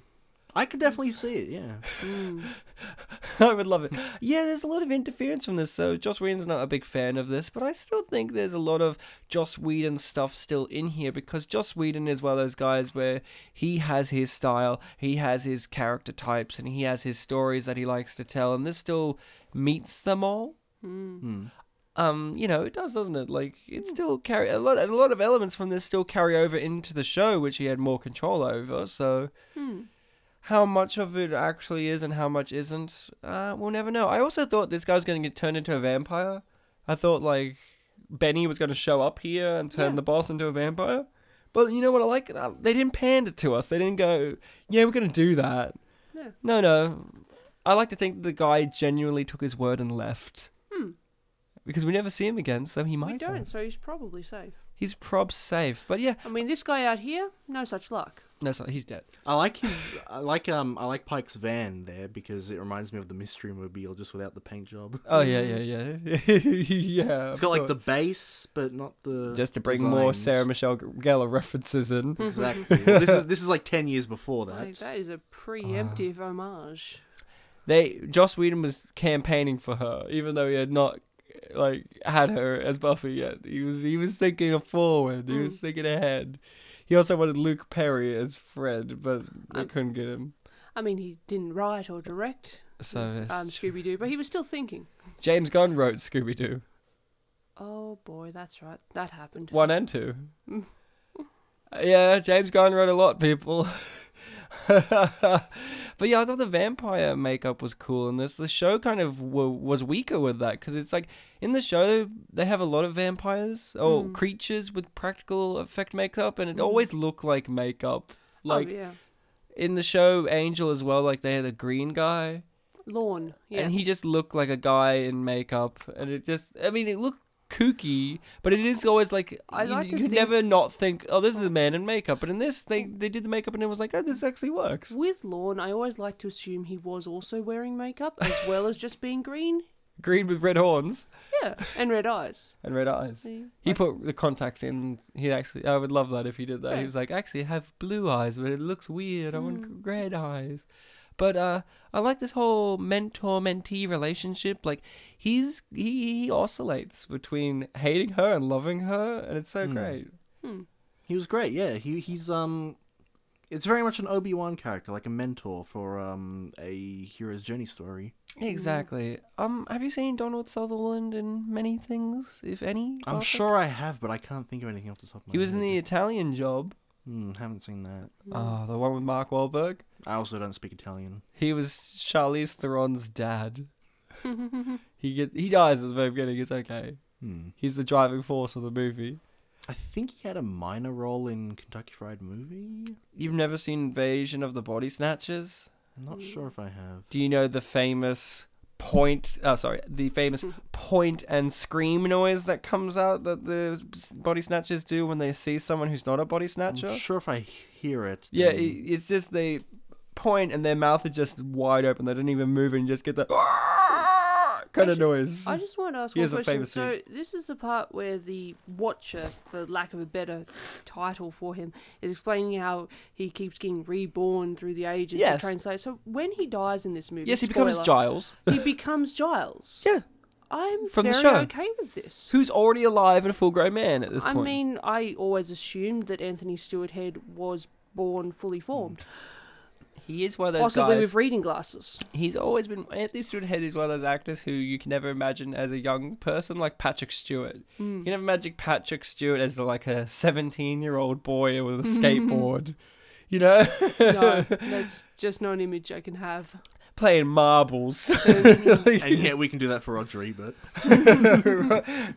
I could definitely see it. Yeah, I would love it. Yeah, there's a lot of interference from this, so Joss Whedon's not a big fan of this, but I still think there's a lot of Joss Whedon stuff still in here because Joss Whedon is one of those guys where he has his style, he has his character types, and he has his stories that he likes to tell, and this still meets them all. Hmm. Um, you know, it does, doesn't it? Like, it still carry a lot. A lot of elements from this still carry over into the show, which he had more control over. So, how much of it actually is and how much isn't, uh, we'll never know. I also thought this guy was going to get turned into a vampire. I thought like Benny was going to show up here and turn Yeah. the boss into a vampire. But you know what I like? Uh, They didn't pander to us. They didn't go, "Yeah, we're going to do that." Yeah. No, no. I like to think the guy genuinely took his word and left. Because we never see him again, so he might. Hmm, We have. don't, so he's probably safe. He's prob safe, but yeah, I mean, this guy out here, no such luck. no, sorry, he's dead. I like his. I like um. I like Pike's van there because it reminds me of the Mystery Mobile just without the paint job. Oh yeah, yeah, yeah, yeah. It's of got like course. the base, but not the. just to bring more designs. Hmm. Sarah Michelle Gellar references in. Exactly. Well, this is this is like ten years before Like, that. that is a preemptive Ah. homage. They Joss Whedon was campaigning for her, even though he had not like had her as Buffy yet. He was he was thinking forward. He was thinking ahead. He also wanted Luke Perry as Fred, but they Um, couldn't get him. I mean, he didn't write or direct So it's- um, Scooby Doo, but he was still thinking. James Gunn wrote Scooby Doo Oh boy, that's right. That happened. one and two. Uh, yeah, James Gunn wrote a lot, people. but yeah, I thought the vampire makeup was cool in this. The show kind of w- was weaker with that because it's like in the show they have a lot of vampires or Hmm. creatures with practical effect makeup, and it always looked like makeup. Like oh, yeah. in the show Angel as well, like they had a green guy, Lawn. Yeah. and he just looked like a guy in makeup, and it just—I mean, it looked kooky, but it is always like I you, like to you could think- never not think, oh, this is a man in makeup. But in this, they they did the makeup, and it was like, oh, this actually works. With Lorne, I always like to assume he was also wearing makeup as well as just being green. Green with red horns Yeah, and red eyes. and red eyes. See, He like- put the contacts in. He actually, I would love that if he did that. He Yeah. was like, actually, I have blue eyes, but it looks weird. I want red eyes. But uh, I like this whole mentor-mentee relationship. Like, he's he, he oscillates between hating her and loving her, and it's Hmm. so great. He was great. Yeah. He he's um. It's very much an Obi Wan character, like a mentor for um a hero's journey story. Exactly. Um, have you seen Donald Sutherland in many things, if any? I'm Arthur? sure I have, but I can't think of anything off the top of my He was in the head. Italian Job. Hmm, haven't seen that. Oh, the one with Mark Wahlberg. I also don't speak Italian. He was Charlize Theron's dad. he get he dies at the very beginning. It's okay. Hmm. He's the driving force of the movie. I think he had a minor role in Kentucky Fried Movie. You've never seen Invasion of the Body Snatchers? I'm not sure if I have. Do you know the famous point? Oh, sorry, the famous Hmm. point and scream noise that comes out that the s- body snatchers do when they see someone who's not a body I'm snatcher. sure, if I hear it. Um, Yeah, then- it, it's just they point and their mouth is just wide open. They don't even move and you just get that kind of Actually, noise. I just want to ask Here's a one question. famous So this is the part where the Watcher, for lack of a better title for him, is explaining how he keeps getting reborn through the ages. Yes. Yes. To translate. So when he dies in this movie, yes, he becomes spoiler, Giles. He becomes Giles. Yeah. I'm From the very show. okay with this. Who's already alive and a full grown man at this I point. mean, I always assumed that Anthony Stewart Head was born fully formed, he is one of those possibly guys. with reading glasses. he's always been Anthony Stewart Head is one of those actors who you can never imagine as a young person, like Patrick Stewart. Hmm. You can never imagine Patrick Stewart as like a seventeen-year-old boy with a skateboard. You know, No, that's just not an image I can have. playing marbles. and yeah, we can do that for Audrey, but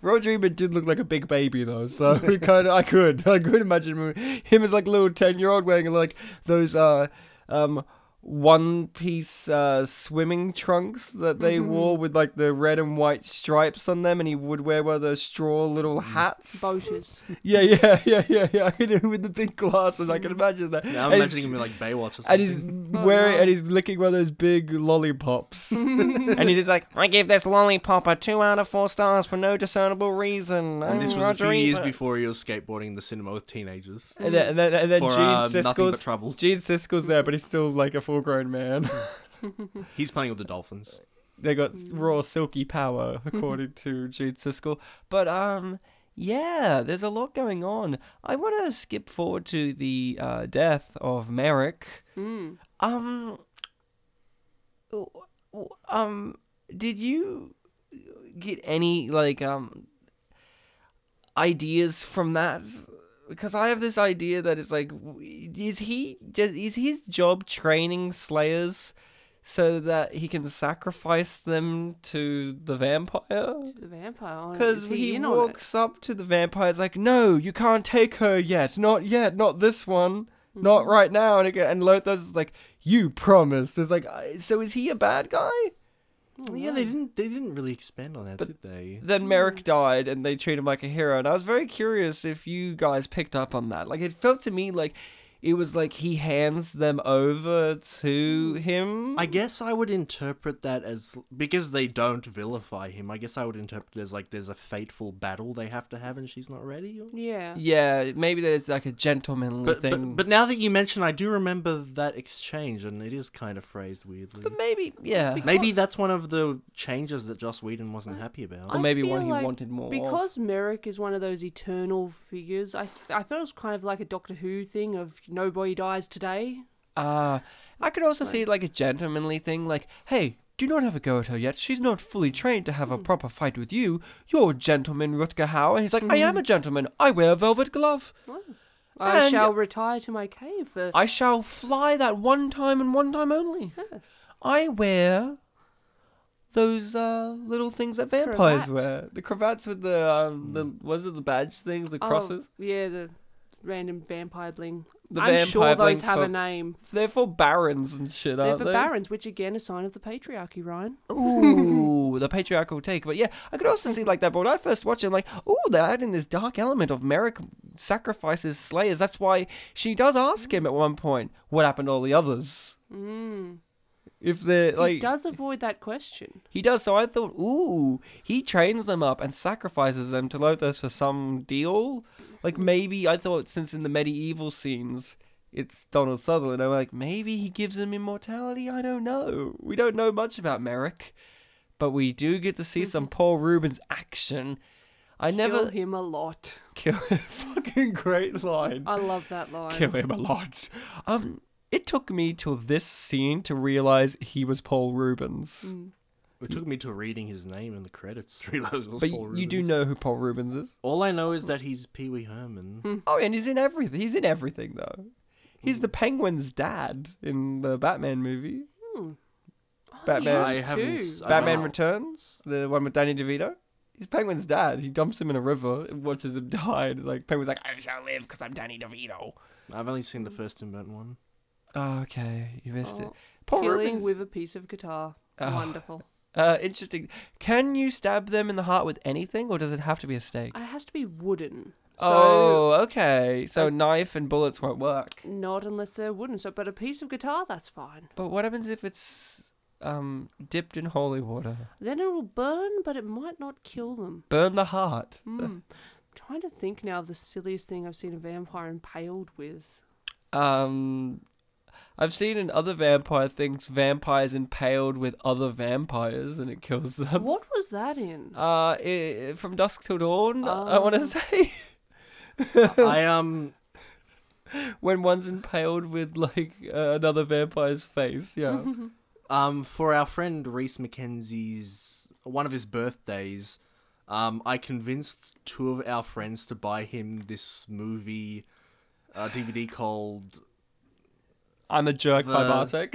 Roger Ebert did look like a big baby though, so we kind of I could I could imagine him- him as like a little ten year old wearing like those uh um one piece uh swimming trunks that they Mm-hmm. wore with like the red and white stripes on them, and he would wear one of those straw Mm. little hats. Boaters. Yeah, yeah, yeah, yeah, yeah. I can, with the big glasses, I can imagine that. now Mm. I'm And he's- imagining him in like Baywatch or something. and he's wearing no. and he's licking one of those big lollipops. and he's just like, I give this lollipop a two out of four stars for no discernible reason. And this I'm was a few Roger years Ebert." before he was skateboarding in the cinema with teenagers. And then, and then, and then For, Gene uh, nothing but Siskel's trouble. Gene Siskel's there, but he's still like a full grown man. He's playing with the dolphins. they got raw silky power, according to Gene Siskel. But um, yeah, there's a lot going on. I want to skip forward to the uh, death of Merrick. Mm. Um, w- w- um, did you get any like um ideas from that? Because I have this idea that it's like, w- is he does is his job training slayers so that he can sacrifice them to the vampire? The vampire. on it. Because Is he, in on it? walks up to the vampire, is like, "No, you can't take her yet. Not yet. Not this one. Not Mm-hmm. right now." And again, and Lothos is like, "You promised." It's like, I- so is he a bad guy? yeah, they didn't. They didn't really expand on that, Oh, But- did they? Mm. Then Merrick died, and they treat him like a hero. And I was very curious if you guys picked up on that. Like, it felt to me like it was like he hands them over to Mm. him. I guess I would interpret that as because they don't vilify him. I guess I would interpret it as like there's a fateful battle they have to have, and she's not ready. or- Yeah. yeah, maybe there's like a gentlemanly But, thing. but but now that you mention, I do remember that exchange, and it is kind of phrased weirdly. But maybe, yeah. Maybe that's one of the changes that Joss Whedon wasn't happy about. Or I maybe feel what he like wanted more of. Because Merrick is one of those eternal figures, I, th- I felt it was kind of like a Doctor Who thing of nobody dies today. Uh, I could also see like a gentlemanly thing, like, hey, do not have a go at her yet. She's not fully trained to Hmm. have a proper fight with you. You're a gentleman, Rutger Hauer. And he's like, I am Hmm. a gentleman. I wear a velvet glove. I And- shall retire to my cave for. I shall fly that one time and one time only. Yes. I wear those uh, little things that vampires Cravat. Hmm. wear. The cravats with the, um, the was it the badge things, the Oh, crosses? yeah, the random vampire bling. The I'm vampire sure those bling have for- a name. They're for barons and shit, They're aren't for they? barons, which again a sign of the patriarchy, Ryan. Ooh, the patriarchal take. But yeah, I could also see like that. But when I first watched it, I'm like, ooh, they're adding this dark element of Merrick sacrifices slayers. That's why she does ask him at one point, what happened to all the others? Mm. If they're like. he does avoid that question. He does. So I thought, ooh, he trains them up and sacrifices them to Lothos for some deal. Like maybe I thought since in the medieval scenes it's Donald Sutherland, I'm like maybe he gives him immortality. I don't know. We don't know much about Merrick, but we do get to see some Paul Rubens action. I Kill never him a lot. kill. fucking great line Oh, I love that line. kill him a lot. Um, it took me till this scene to realize he was Paul Rubens. Mm. It took me to reading his name in the credits to realize it was But Paul you do Rubens. know who Paul Rubens is. All I know is that he's Pee Wee Herman. Oh, and he's in everything. He's in everything though. He's the Penguin's dad in the Batman movie. Oh, Batman- I yes, haven't too. s- I don't Batman know. Returns, the one with Danny DeVito. He's Penguin's dad. He dumps him in a river and watches him die. And it's like Penguin's like, I shall live because I'm Danny DeVito. I've only seen the first Tim Burton one. Oh, okay, you missed it. Oh, Paul Killing Rubens. with a piece of guitar. Oh. Wonderful. Uh, interesting. Can you stab them in the heart with anything, or does it have to be a stake? It has to be wooden. So oh, okay. So I- knife and bullets won't work. not unless they're wooden. So, but a piece of guitar, that's fine. But what happens if it's um dipped in holy water? Then it will burn, but it might not kill them. Burn the heart. Hmm. trying to think now of the silliest thing I've seen a vampire impaled with. Um, I've seen in other vampire things vampires impaled with other vampires and it kills them. What was that in? Um, Uh, i from dusk till dawn. I want to Oh. say I um when one's impaled with like uh, another vampire's face. Yeah. um for our friend Reese McKenzie's one of his birthdays, um I convinced two of our friends to buy him this movie uh, DVD called I'm a jerk by The- Bartek.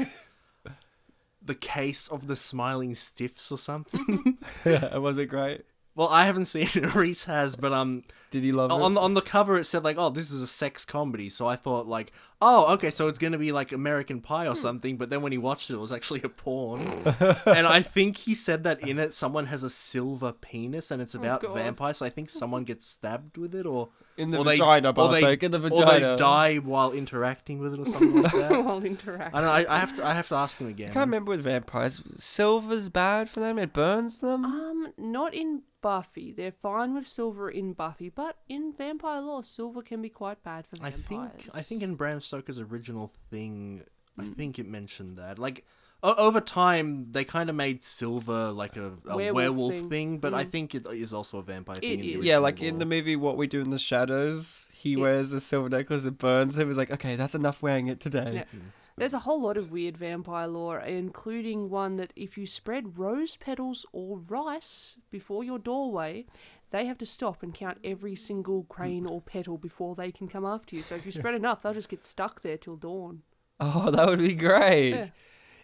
the case of the smiling stiffs or something. was it great? well, I haven't seen it. Reese has, but um, Did you love it? on the, on the cover it said like, oh, this is a sex comedy. So I thought like, oh, okay, so it's gonna be like American Pie Hmm. or something. But then when he watched it, it was actually a porn. and I think he said that in it, someone has a silver penis, and Oh, it's about God. vampires. So I think someone gets stabbed with it, or In the or they- vagina, or they- Bartek, in the or vagina. they die while interacting with it, or something like that. While interacting. I don't know. I, I have to. I have to ask him again. I can't remember with vampires. Silver's bad for them. It burns them. Um, not in Buffy. They're fine with silver in Buffy, but in Vampire Law, silver can be quite bad for I vampires. think. I think in Bram Stoker's original thing, I Mm. think it mentioned that. Like o- over time, they kind of made Silver like a, a werewolf, Werewolf thing, thing. Mm. but I think it is also a vampire thing. in the is. Yeah, like in the original. movie What We Do in the Shadows, he wears a silver necklace. It burns him. He's like, okay, that's enough wearing it today. Yeah. There's a whole lot of weird vampire lore, including one that if you spread rose petals or rice before your doorway, they have to stop and count every single grain or petal before they can come after you. So if you spread enough, they'll just get stuck there till dawn. Oh, that would be great.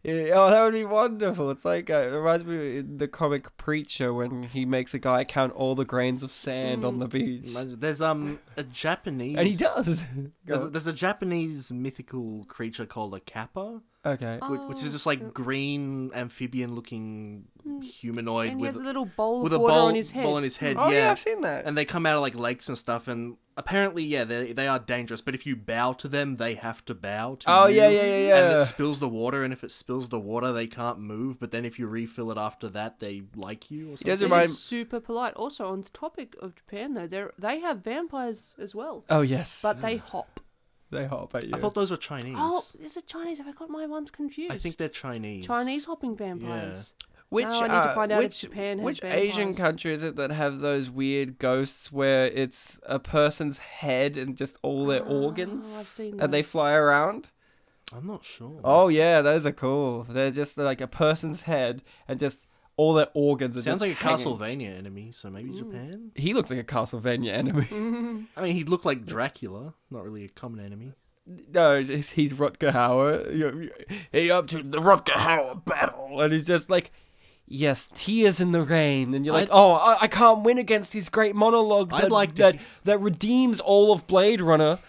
Yeah, Oh, that would be wonderful. It's like uh, it reminds me of the comic Preacher when he makes a guy count all the grains of sand on the beach, Reminds- There's um a Japanese. and he does. Go There's a, on. there's a Japanese mythical creature called a kappa, okay. which, which Oh, is just like green amphibian-looking humanoid Hmm. And he with has a little bowl with of a water bowl, on his head. bowl on his head. Oh yeah, yeah I've seen that. and they come out of like lakes and stuff and apparently yeah they, they are dangerous but if you bow to them they have to bow to Oh, you, yeah, yeah, yeah, and yeah. it spills the water and if it spills the water they can't move but then if you refill it after that they like you or something does They're remind- just super polite. Also, on the topic of Japan, though, they they have vampires as well, oh yes, but Mm. they hop. they hop at you. i thought those were chinese Oh, is it Chinese? Have I got my ones confused? i think they're chinese Chinese hopping vampires. Which Now Oh, I need to uh, find out if which, Japan has which Asian vampires. country is it that have those weird ghosts where it's a person's head and just all their organs, Oh, seen and they those. fly around? i'm not sure Oh yeah, those are cool. They're just like a person's head and just all their organs are just sounds like a hanging. castlevania enemy so Mm. maybe japan He looked like a Castlevania enemy. i mean he'd look like dracula not really a common enemy No, he's, he's Rutger Hauer. You- He up to the Rutger Hauer battle, and he's just like, "Yes, tears in the rain." And you're like, I'd- "Oh, I, I can't win against his great monologue I'd that like to that, he- that redeems all of Blade Runner."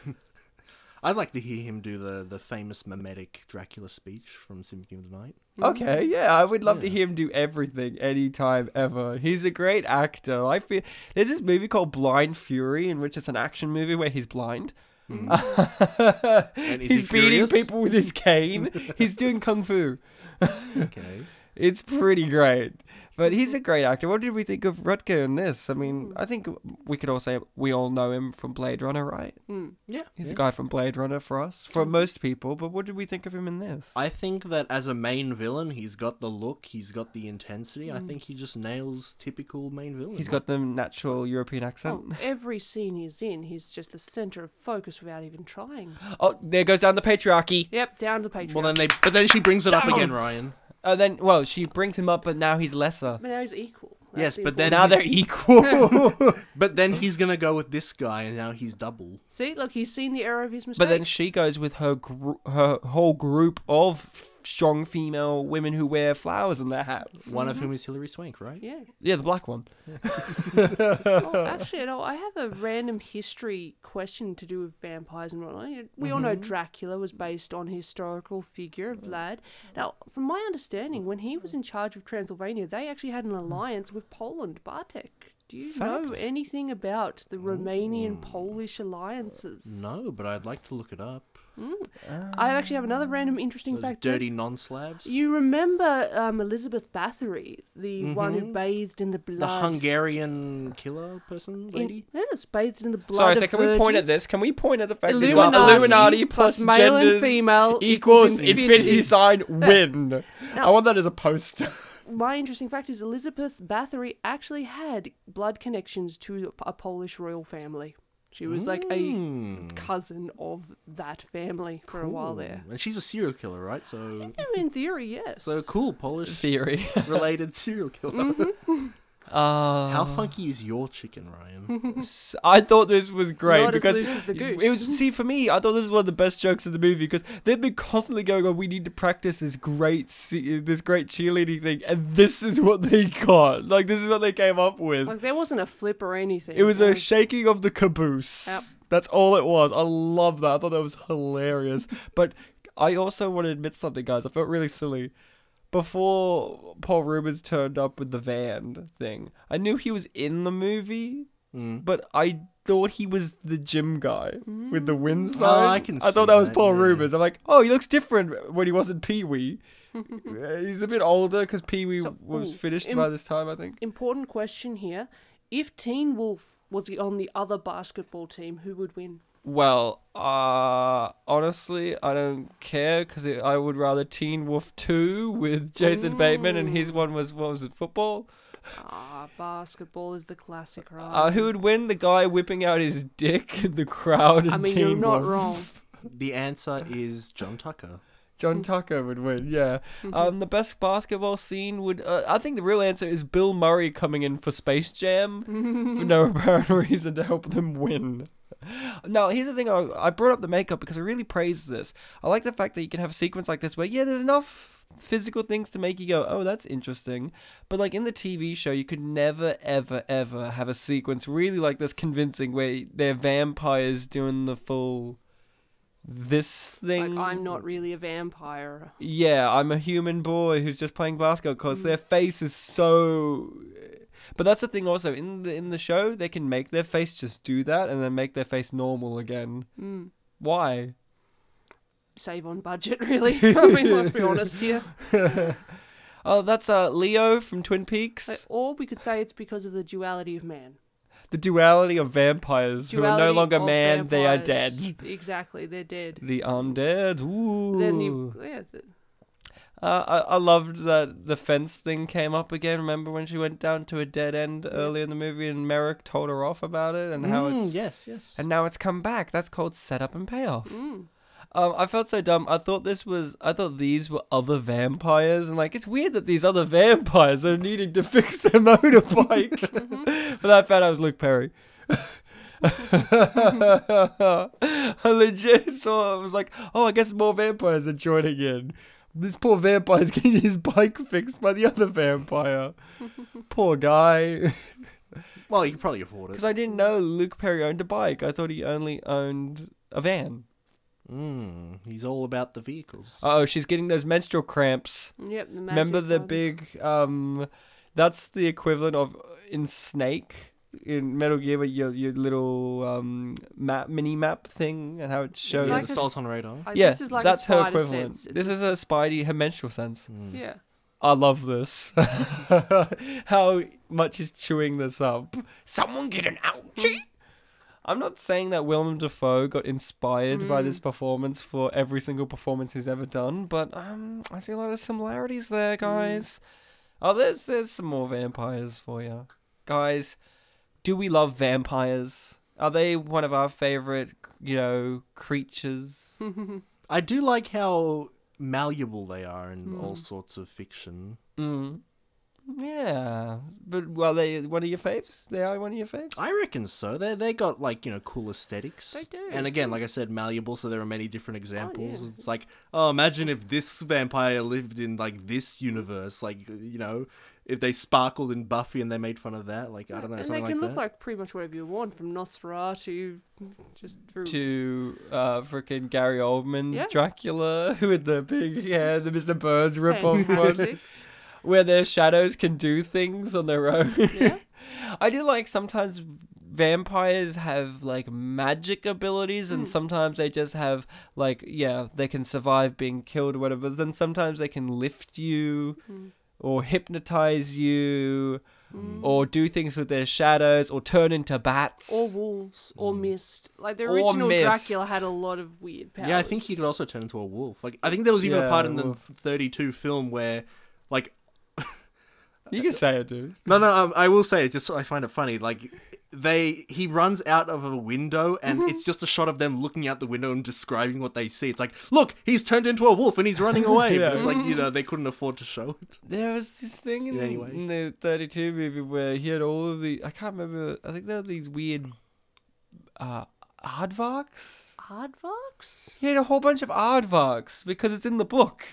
i'd like to hear him do the, the famous mimetic dracula speech from symphony of the night okay, yeah, I would love to hear him do everything, anytime, ever. He's a great actor. I feel there's this movie called Blind Fury, in which it's an action movie where he's blind. Mm-hmm. And is he he's beating furious? people with his cane. he's doing kung fu. okay It's pretty great. But he's a great actor. What did we think of Rutger in this? I mean, I think we could all say we all know him from Blade Runner, right? Hmm. yeah He's the guy from Blade Runner for us, for most people. But what did we think of him in this? I think that as a main villain, he's got the look, he's got the intensity. I think he just nails typical main villain. Mm. He's got the natural European accent. Oh, every scene he's in, he's just the center of focus without even trying. Oh, there goes down the patriarchy. Yep, down to the Patreon. Well, then they, but then she brings it up again, Ryan. Uh, then, well, she brings him up, but now he's lesser. but now he's equal. Yes, That's the but then- important- Now they're equal. But then he's gonna go with this guy, and now he's double. see, look, he's seen the error of his mistake. But then she goes with her gr- her whole group of strong female women who wear flowers in their hats. One of Mm-hmm. whom is Hilary Swank, right? yeah. Yeah, the black one. Oh, actually, no, I have a random history question to do with vampires and whatnot. You- We all know Mm-hmm. Dracula was based on a historical figure of Vlad. Now, from my understanding, when he was in charge of Transylvania, they actually Mm. had an alliance with Poland. Bartek, do you know Fabulous. anything about the Romanian Polish alliances? No, but I'd like to look it up. I actually have another random interesting Those fact. too. dirty non-slabs. You remember um, Elizabeth Bathory, the one Mm-hmm. who bathed in the blood? the Hungarian killer person in- lady. yes, bathed in the blood. Sorry, so of can we point at virgins. this? Can we point at the fact that Illuminati Illuminati plus, plus male and genders female equals equals infinity, infinity. sign win? I Now- want that as a poster. my interesting fact is Elizabeth Bathory actually had blood connections to a Polish royal family. She was like Mm. a Hmm, cousin of that family for a while there. And she's a serial killer, right? So, I mean, In theory, yes. so cool Polish Theory. Mm-hmm. related serial killer. Oh. How funky is your chicken, Ryan? S- I thought this was great Not as because loose as the it was goose. see for me. I thought this was one of the best jokes of the movie because they've been constantly going on. We need to practice this great se- this great cheerleading thing, and this is what they got. Like this is what they came up with. Like there wasn't a flip or anything. It was a Like, shaking of the caboose. Yep. That's all it was. I love that. I thought that was hilarious. but I also want to admit something, guys. I felt really silly. Before Paul Rubens turned up with the van thing, I knew he was in the movie, Mm. but I thought he was the gym guy with the wind Oh, sign. I can I thought see that was that, Paul yeah. Rubens. I'm like, oh, he looks different when he wasn't Pee Wee. Uh, He's a bit older because Pee Wee So- was ooh, finished im- by this time, I think. important question here. If Teen Wolf was on the other basketball team, who would win? Well, uh, honestly, I don't care because I would rather Teen Wolf 2 with Jason Bateman and his one was, what was it, football? Ah, basketball is the classic, right? Uh, who would win? The guy whipping out his dick in the crowd in I mean, Teen you're not Wolf. wrong. The answer is John Tucker. John Tucker would win, yeah. Mm-hmm. Um, the best basketball scene would. Uh, I think the real answer is Bill Murray coming in for Space Jam for no apparent reason to help them win. Now, here's the thing I, I brought up the makeup because I really praised this. I like the fact that you can have a sequence like this where, yeah, there's enough physical things to make you go, oh, that's interesting. But, like, in the TV show, you could never, ever, ever have a sequence really like this convincing where they're vampires doing the full. This Like thing. I'm not really a vampire. Yeah, I'm a human boy who's just playing basketball because their Mm. face is so. But that's the thing. Also, in the in the show, they can make their face just do that, and then make their face normal again. Mm. Why? Save on budget, really. I mean, let's be honest here. Oh, that's uh Leo from Twin Peaks. Like, or we could say it's because of the duality of man. the duality of vampires who are no Uh, Duality longer of man; they are dead. vampires. Exactly, they're dead. The undead. Ooh. Then you, yeah, th- Uh, I, I loved that the fence thing came up again. Remember when she went down to a dead end earlier in the movie, and Merrick told her off about it, and how Mm, it's yes, yes. and now it's come back. That's called setup and payoff. mm. Um, I felt so dumb. I thought this was. I thought these were other vampires, and like it's weird that these other vampires are needing to fix their motorbike. but I found I was Luke Perry. I legit saw. I was like, oh, I guess more vampires are joining in. This poor vampire's getting his bike fixed by the other vampire. poor guy. Well, you can probably afford it. Because I didn't know Luke Perry owned a bike. I thought he only owned a van. Mm, he's all about the vehicles. Oh, she's getting those menstrual cramps. yep. The Remember magic the ones. big um, that's the equivalent of in Snake in Metal Gear, but your your little um map mini map thing and how it shows. yeah, like the a salt s- on radar. I- yeah, this is like that's her a spider equivalent. Sense. It's This a is a Spidey her menstrual sense. Mm. Yeah. I love this. How much is chewing this up? Someone get an ouchie. I'm not saying that Willem Dafoe got inspired by this performance for every single performance he's ever done, but um, I see a lot of similarities there, guys. Oh, there's there's some more vampires for you, guys. Do we love vampires? Are they one of our favorite, you know, creatures? I do like how malleable they are Hmm. in all sorts of fiction. Mm. Yeah, but well, they one of your faves. They are one of your faves. I reckon so. They they got like you know cool aesthetics. They do. Oh, And again, like I said, malleable. So there are many different examples. yeah. It's like oh, imagine if this vampire lived in like this universe. Like you know, if they sparkled in Buffy and they made fun of that. Like I don't know and they something can like look that. like pretty much whatever you want, from Nosferatu, just through. To uh, freaking Gary Oldman's Yeah. Dracula with the big hair, the Mr. Burns ripoff one, Fantastic. where their shadows can do things on their own. yeah. I do like sometimes vampires have like magic abilities and sometimes they just have like yeah they can survive being killed or whatever but then sometimes they can lift you or hypnotize you Mm. Mm. or do things with their shadows or turn into bats Or wolves, or mist. Like the Mm. Or original Dracula mist. had a lot of weird powers. Yeah, I think he could also turn into a wolf. Like I think there was even Yeah, a part in the wolf. 32 film where like you can say it dude um, No, no, I, I will say it's just I find it funny. Like they he runs out of a window Mm-hmm. and it's just a shot of them looking out the window and describing what they see. It's like, look, he's turned into a wolf and he's running away. Yeah. Mm-hmm. But it's like you know they couldn't afford to show it. There was this thing in, Yeah, the, anyway. in the 32 movie where he had all of the. I can't remember. I think there were these weird. Uh, aardvarks? Aardvarks? He had a whole bunch of aardvarks because it's in the book.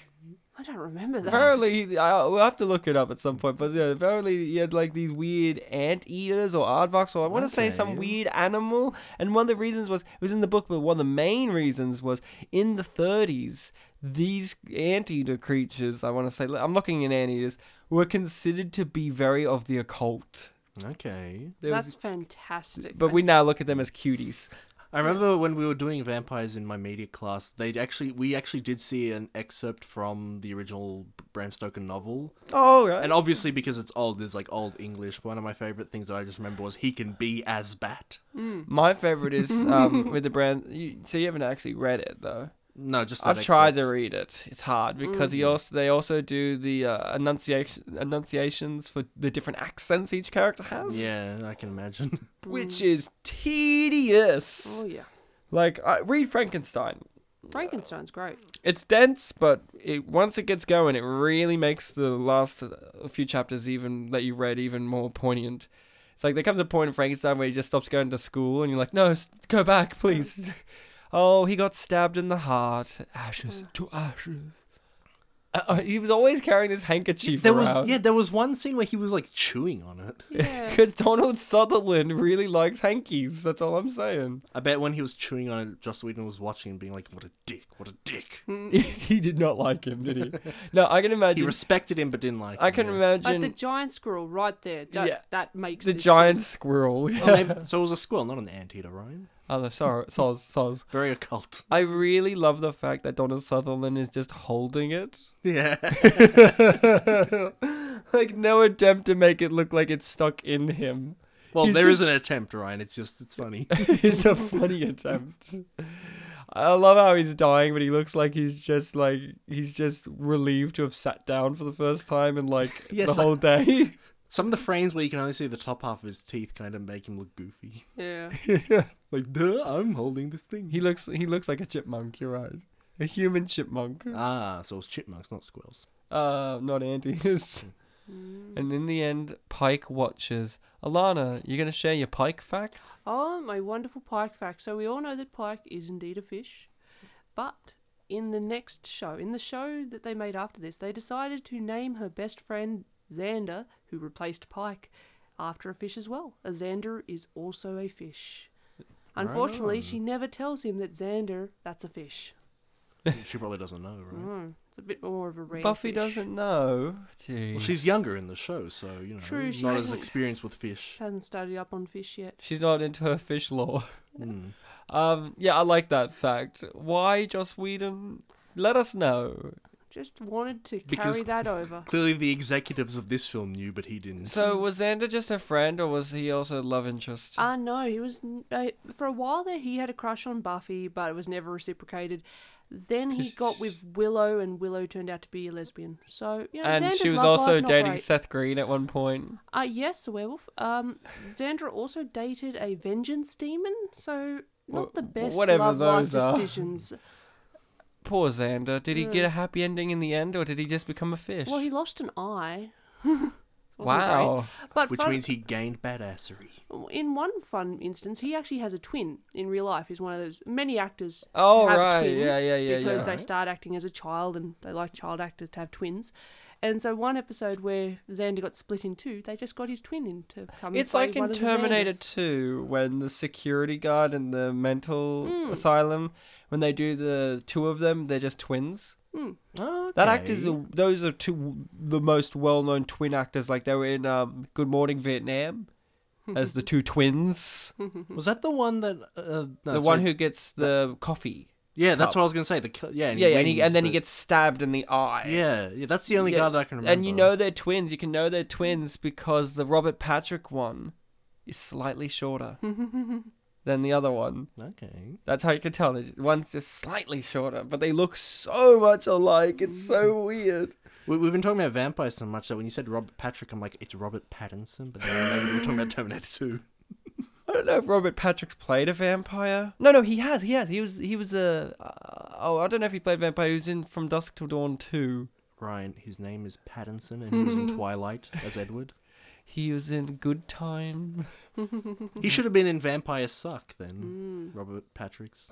I don't remember that. Apparently, I, we'll have to look it up at some point, but yeah, apparently he had like these weird anteaters or aardvarks, or I want to say some Okay. weird animal. And one of the reasons was, it was in the book, but one of the main reasons was in the 30s, these anteater creatures, I want to say, I'm looking in anteaters, were considered to be very of the occult. Okay. There was- That's fantastic. but we now look at them as cuties. I remember when we were doing vampires in my media class, they actually we actually did see an excerpt from the original Bram Stoker novel. Oh, right. And obviously because it's old, there's like old English. One of my favorite things that I just remember was he can be as bat. My favorite is um, with the brand. You, so you haven't actually read it, though. No, just that Mm. I've tried to excerpt. read it. It's hard because he also they also do the uh, enunciation enunciations for the different accents each character has, Yeah, I can imagine. which is tedious. Oh, yeah. Like I, read Frankenstein. Frankenstein's great. It's dense, but it once it gets going, it really makes the last uh, few chapters even that you read even more poignant. It's like there comes a point in Frankenstein where he just stops going to school, and you're like, no, s- go back, please. oh, he got stabbed in the heart, ashes to ashes. Uh, Uh, he was always carrying this handkerchief there around. was yeah, there was one scene where he was like chewing on it. Yeah. Because Donald Sutherland really likes hankies. That's all I'm saying. I bet when he was chewing on it, Joss Whedon was watching and being like, "What a dick! What a dick!" Hmm. he did not like him, did he? no, I can Mm. He imagine. respected him but didn't like. I him, can yeah. imagine Like the giant squirrel right there. That, Yeah. that makes the this- giant squirrel. Oh, maybe- so it was a squirrel, not an anteater, Ryan. Oh, the sor- soz, soz. Very occult. I really love the fact that Donald Sutherland is just holding it. Yeah. like, no attempt to make it look like it's stuck in him. Well, He's there is just- an attempt, Ryan. It's just it's funny. it's a funny attempt. I love how he's dying, but he looks like he's just like he's just relieved to have sat down for the first time in like Yes, the I- whole day. Some of the frames where you can only see the top half of his teeth kind of make him look goofy. Yeah. Like, duh, I'm holding this thing. he looks he looks like a chipmunk. You're right, a human chipmunk. Ah, so it's chipmunks, not squirrels. Uh, not antis. Mm. and in the end, Pike watches. Alana, you gonna share your Pike fact? Oh, my wonderful pike fact. So we all know that pike is indeed a fish, but in the next show, in the show that they made after this, they decided to name her best friend Xander, who replaced Pike, after a fish as well. A Xander is also a fish. Unfortunately, Right on. she never tells him that Xander, that's a fish. She probably doesn't know, right? Mm, it's a bit more of a rare Buffy fish. doesn't know. Jeez. Well, she's younger in the show, so you know, True, she not as hasn't- experienced with fish. She hasn't studied up on fish yet. she's not into her fish lore. Mm. Um, yeah, I like that fact. Why Joss Whedon? Let us know. Just wanted to carry Because- that over. Clearly, the executives of this film knew, but he didn't. So was Xander just a friend, or was he also love interest? Uh, no, he was. Uh, for a while there, he had a crush on Buffy, but it was never reciprocated. Then he got with Willow, and Willow turned out to be a lesbian. So, you know, and Xander's she was love also life not dating great. Seth Green at one point. Uh, yes, a werewolf. Um, Xandra also dated a vengeance demon, so not Wh- the best whatever love life those are. decisions. Poor Xander. Did he get a happy ending in the end, or did he just become a fish? Mm. Well, he lost an eye. Wasn't great. wow. But Which fun- means he gained badassery. in one fun instance, he actually has a twin in real life. He's one of those many actors. Oh, have right. twin Yeah, yeah, yeah, Because yeah. they start acting as a child, and they like child actors to have twins. And so, one episode where Xander got split in two, they just got his twin in to come. and It's play like in one of the Terminator Xanders. 2 when the security guard and the mental Hmm. asylum, when they do the two of them, they're just twins. That actors Okay. are those are two the most well-known twin actors. Like they were in um, Good Morning Vietnam as the two twins. Hmm. was that the one that uh, no, the one sorry. who gets the coffee. yeah that's what I was gonna say the cu- yeah and Yeah, and, he, wins, and then he but- gets stabbed in the eye. yeah yeah that's the only Yeah, guy that I can remember And you know they're twins. You can know they're twins because the Robert Patrick one is slightly shorter than the other one. okay That's how you can tell. that One's just slightly shorter, but they look so much alike. It's so weird. we, we've been talking about vampires so much that when you said Robert Patrick I'm like it's Robert Pattinson but then I remembered we were talking about Terminator 2 don't know if Robert Patrick's played a vampire. No, no, he has. He has. He was. He was a. Uh, oh, I don't know if he played vampire. He was in From Dusk Till Dawn too. Ryan, his name is Pattinson, and he was in Twilight as Edward. He was in Good Time. He should have been in Vampire Suck Hmm. then, Robert Patrick's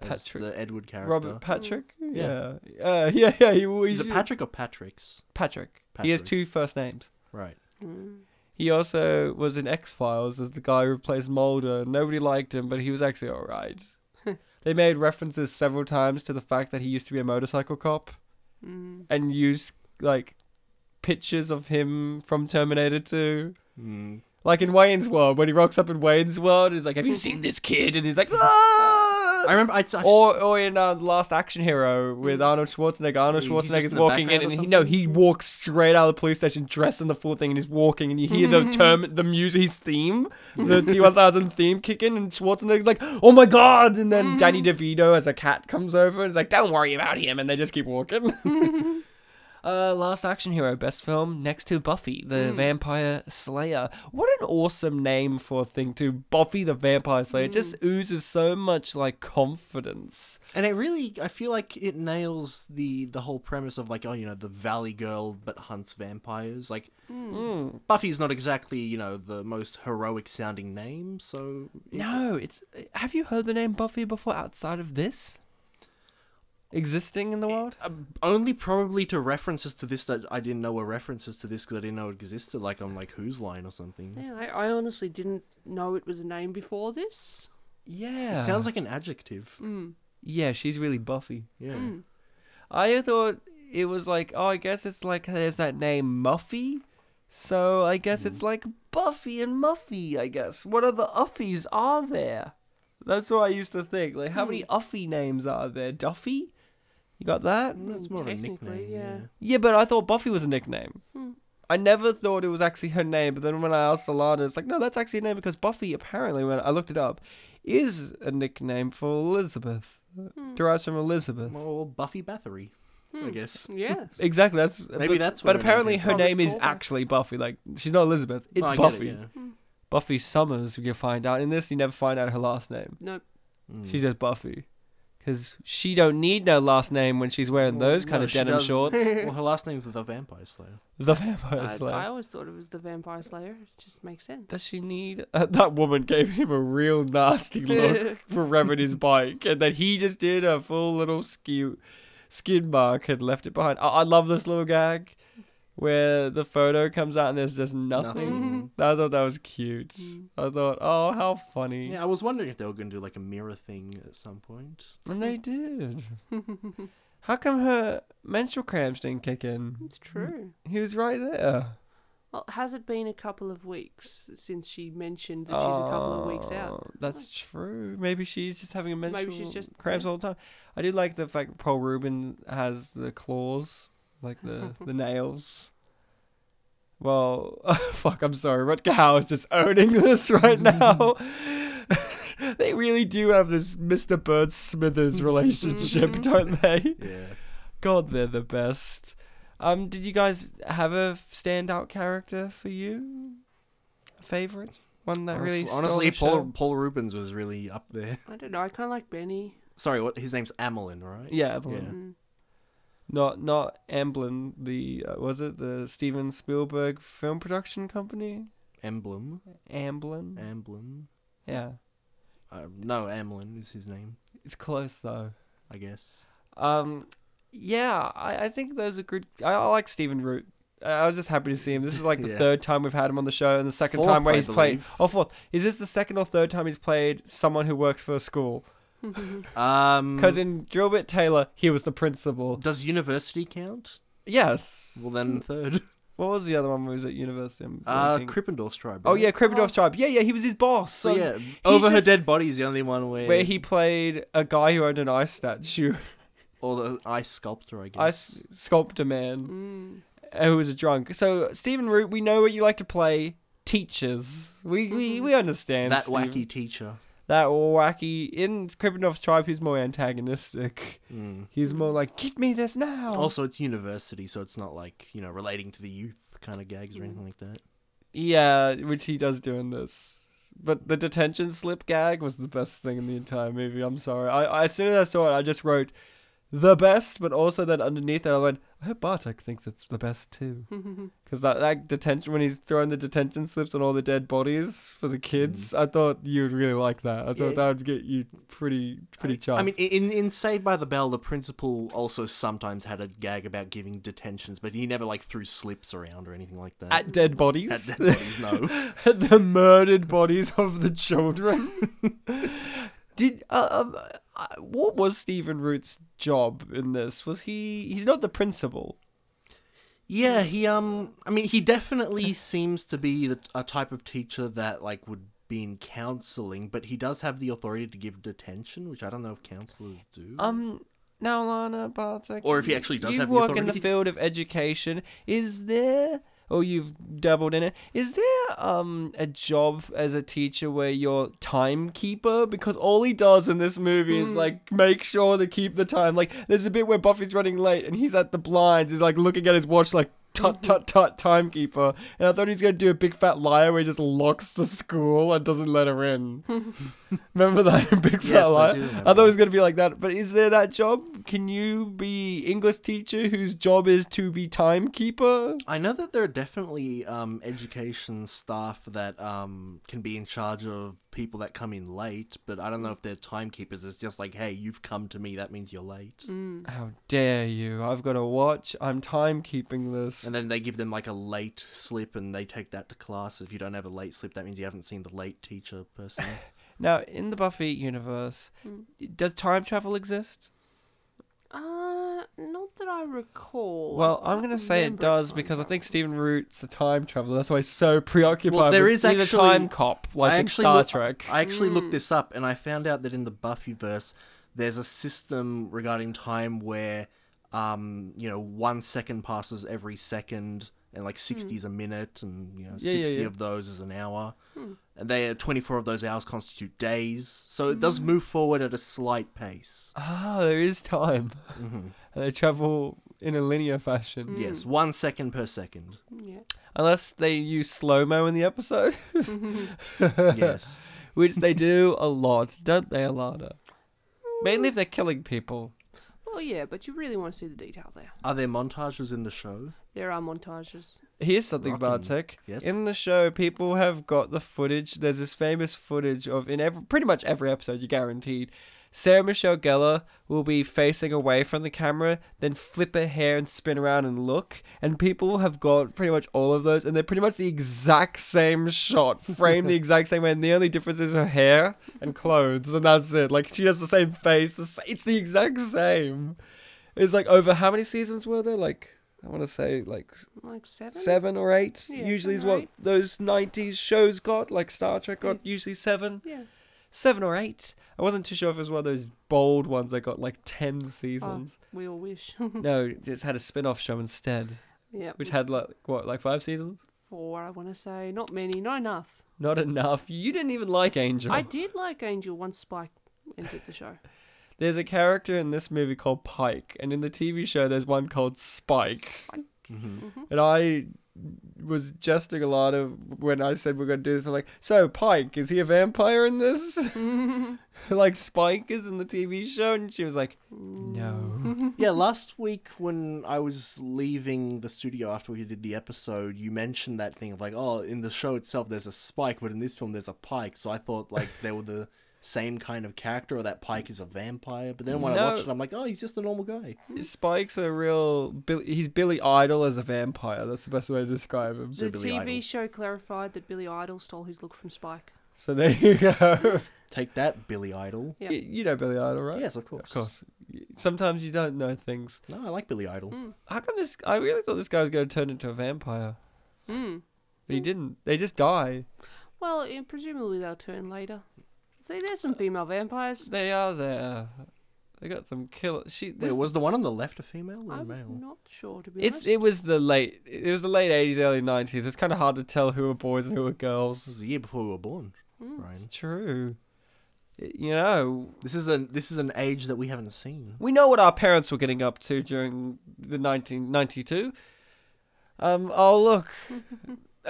as Patrick- the Edward character. Robert Patrick. Yeah. Yeah. Yeah. Uh, yeah. Yeah. He always is it Patrick or Patrick's? Patrick. He has Patrick. two first names. Right. Mm, He also was in X Files as the guy who plays Mulder. Nobody liked him, but he was actually all right. they made references several times to the fact that he used to be a motorcycle cop, mm, and used like pictures of him from Terminator 2. Mm. Like in Wayne's World, when he rocks up in Wayne's World, he's like, "Have you seen this kid?" And he's like, "Ah!" I remember. I'd, I've Mm. Or, or in uh, The Last Action Hero with Arnold Schwarzenegger, Arnold He's just Schwarzenegger's in the walking in, background and or he, no, he walks straight out of the police station dressed in the full thing, and he's walking, and you hear the term, the music, his theme, the T1000 theme kicking, and Schwarzenegger's like, "Oh my god!" And then Danny DeVito as a cat comes over and is like, "Don't worry about him," and they just keep walking. Uh, Last Action Hero, best film next to Buffy the Vampire Slayer. What an awesome name for a thing too. Buffy the Vampire Slayer It just oozes so much like confidence. And it really, I feel like it nails the the whole premise of like, oh, you know, the Valley Girl but hunts vampires. Like, Hmm. Buffy's not exactly you know the most heroic sounding name, so No, it's. Have you heard the name Buffy before outside of this? Existing in the world? Uh, only probably to references to this that I didn't know were references to this because I didn't know it existed. Like on like Who's Line or something. Yeah, I, I honestly didn't know it was a name before this. Hmm, Yeah. It sounds like an adjective. Yeah, she's really Buffy. Yeah. Hmm. I thought it was like, oh, I guess it's like there's that name Muffy. So I guess it's like Buffy and Muffy, I guess. What other Uffies are there? That's what I used to think. Like, how many Uffy names are there? Duffy? You got that? That's more of a Technically, nickname. yeah. Yeah. Yeah, but I thought Buffy was a nickname. I never thought it was actually her name, but then when I asked Alana, it's like, no, that's actually a name because Buffy, apparently, when I looked it up, is a nickname for Elizabeth. Derives from Elizabeth. Well, Buffy Bathory, Hmm. I guess. Yeah. Exactly. That's Maybe but- that's But where it is, apparently, yeah. her Probably name is callback. actually Buffy. Like she's not Elizabeth. It's No, I get it, Buffy. yeah. Buffy Summers. You find out in this. You never find out her last name. Nope. Hmm. She's just Buffy, because she don't need no last name when she's wearing those kind No, of she denim does- shorts. well, her last name's the Vampire Slayer. the Vampire I, Slayer. I always thought it was the Vampire Slayer. It just makes sense. Does she need? Uh, that woman gave him a real nasty look for revving his bike, and then he just did a full little skew, skin mark and left it behind. I, I love this little gag where the photo comes out and there's just nothing. I thought that was cute. I thought, oh, how funny. Yeah, I was wondering if they were going to do like a mirror thing at some point. And they did. how come her menstrual cramps didn't kick in? It's true. He was right there. Well, has it been a couple of weeks since she mentioned that she's a couple of weeks out? Oh, That's true. Maybe she's just having a menstrual Maybe she's just- cramps all the time. I do like the fact Paul Rubin has the claws, like the the nails. Well, fuck. I'm sorry. Rutger Hauer is just owning this right now. they really do have this Mr. Bird Smithers relationship, don't they? Yeah. God, they're the best. Um, did you guys have a standout character for you? A favorite? One that really stole honestly, the Paul show? Paul Rubens was really up there. I don't know. I kind of like Benny. Sorry, what his name's Amelin, right? Yeah, Evelyn. Yeah. Not not Amblin. The uh, was it the Steven Spielberg film production company? Emblem, Amblin. Emblem. yeah, Uh, no, Amelin is his name, it's close though. I guess. Um, yeah, I, I think those are good. I, I like Stephen Root. I- I was just happy to see him. This is like the Yeah. third time we've had him on the show, and the second Fourth, time where I he's played. believe. Oh, fourth. Is this the second or third time he's played someone who works for a school? Mm. Um, Because in Drillbit Taylor, he was the principal. does university count? Yes. Well, then third. what was the other one? Where he was at university? I'm Uh, blanking. Krippendorf's tribe. oh right? yeah, Krippendorf's tribe. Yeah, yeah, he was his boss. So So yeah, he's over her just- dead body is the only one where, where he played a guy who owned an ice statue, or the ice sculptor, I guess. ice sculptor man, uh, who was a drunk. So Stephen Root, we know what you like to play. Teachers, we we, we understand Mm-hmm. that Stephen. wacky teacher. that wacky in Krippendorf's tribe. He's more antagonistic. Mm. He's more like get me this now. Also, it's university, so it's not like you know Hmm. relating to the youth kind of gags or anything like that. yeah, which he does do in this. but the detention slip gag was the best thing in the entire movie. I'm sorry. I, I as soon as I saw it, I just wrote the best, but also then underneath it, I went, I hope Bartek thinks it's the best too, Mm. because that that detention when he's throwing the detention slips on all the dead bodies for the kids, I thought you'd really like that. I thought Mm. Yeah. that would get you pretty pretty chuffed. I mean, in in Saved by the Bell, the principal also sometimes had a gag about giving detentions, but he never like threw slips around or anything like that. at dead bodies. At dead bodies, no. the murdered bodies of the children. Did uh, um, uh, what was Stephen Root's job in this? Was he? He's not the principal. Yeah, he um, I mean, he definitely seems to be the, a type of teacher that like would be in counseling, but he does have the authority to give detention, which I don't know if counselors do. Um, now Lana Bartek. Or if he actually does you have the work in the authority. field of education. Is there? Or you've dabbled in it. Is there um a job as a teacher where you're timekeeper? Because all he does in this movie Hmm. is like make sure to keep the time. Like there's a bit where Buffy's running late and he's at the blinds. He's like looking at his watch, like Mm-hmm. tut tut tut timekeeper. And I thought he's gonna do a big fat liar where he just locks the school and doesn't let her in. Remember that in Big Fat Yes, I Liar? do remember I thought it that. was going to be like that. But is there that job? Can you be English teacher whose job is to be timekeeper? I know that there are definitely um, education staff that um, can be in charge of people that come in late, but I don't know if they're timekeepers. It's just like, hey, you've come to me, that means you're late. How dare you? I've got to watch. I'm timekeeping this. And then they give them like a late slip and they take that to class. If you don't have a late slip, that means you haven't seen the late teacher person. Now, in the Buffy universe, Hmm. does time travel exist? Uh, not that I recall. Well, I I'm going to say it remember does time because I think travel. Stephen Root's a time traveler. That's why he's so preoccupied there with is being actually- a time cop, like I in actually Star look- Trek. I actually looked this up and I found out that in the Buffyverse, there's a system regarding time where, um, you know, one second passes every second, and like 60 is a minute, and you know, Yeah, yeah, 60 yeah. of those is an hour, and they 24 of those hours constitute days. So it does move forward at a slight pace. Mm-hmm. Ah, there is time. And they travel in a linear fashion. Yes, one second per second. Yeah. Unless they use slow mo in the episode, Yes. which they do a lot, don't they, Alana? Mainly if they're killing people. Well, yeah, but you really want to see the detail there. Are there montages in the show? There are montages. Here's something, Rockin'. Bartek. Yes? In the show, people have got the footage. There's this famous footage of in every, pretty much every episode, you're guaranteed. Sarah Michelle Gellar will be facing away from the camera, then flip her hair and spin around and look. And people have got pretty much all of those, and they're pretty much the exact same shot, framed the exact same way. And the only difference is her hair and clothes, and that's it. Like she has the same face. the sa- It's the exact same. It's like over how many seasons were there? Like I want to say like Like seven? seven or eight Yeah, usually is seven what or eight. those 90s shows got like star trek got usually seven Yeah. seven or eight i wasn't too sure if it was one of those bold ones that got like 10 Oh, seasons we all wish. no it's had a spin-off show instead yeah. which had like what like five seasons Four, I want to say. Not many, not enough. not enough you didn't even like angel I did like Angel once Spike entered the show. there's a character in this movie called pike and in the tv show there's one called spike Mm-hmm. and i was jesting a lot of when i said we're going to do this i'm like so pike is he a vampire in this like Spike is in the TV show, and she was like, "No." yeah, last week when I was leaving the studio after we did the episode, you mentioned that thing of like, oh, in the show itself there's a spike, but in this film there's a pike. So I thought like they were the same kind of character or that pike is a vampire. But then when I watched No. it, I'm like, oh, he's just a normal guy. Spike's a real Bill- he's Billy Idol as a vampire. That's the best way to describe him. So The Billy TV Idol. show clarified that Billy Idol stole his look from Spike. So there you go. Take that, Billy Idol. Yeah. Y- you know Billy Idol, right? Yes, of course. Of course. Sometimes you don't know things. No, I like Billy Idol. How come this? I really thought this guy was going to turn into a vampire, Hmm. Mm. but he didn't. They just die. Well, eh, presumably they'll turn later. See, there's some female vampires. They are there. They got some killer. She. Wait, This, was the one on the left a female or a I'm male? not sure, to be it's. honest. It was the late. It was the late eighties, early nineties. It's kind of hard to tell who were boys and who were girls. This was the year before we were born, Ryan. It's true. Y- You know, This is an this is an age that we haven't seen. we know what our parents were getting up to during the 1992. Um, oh look,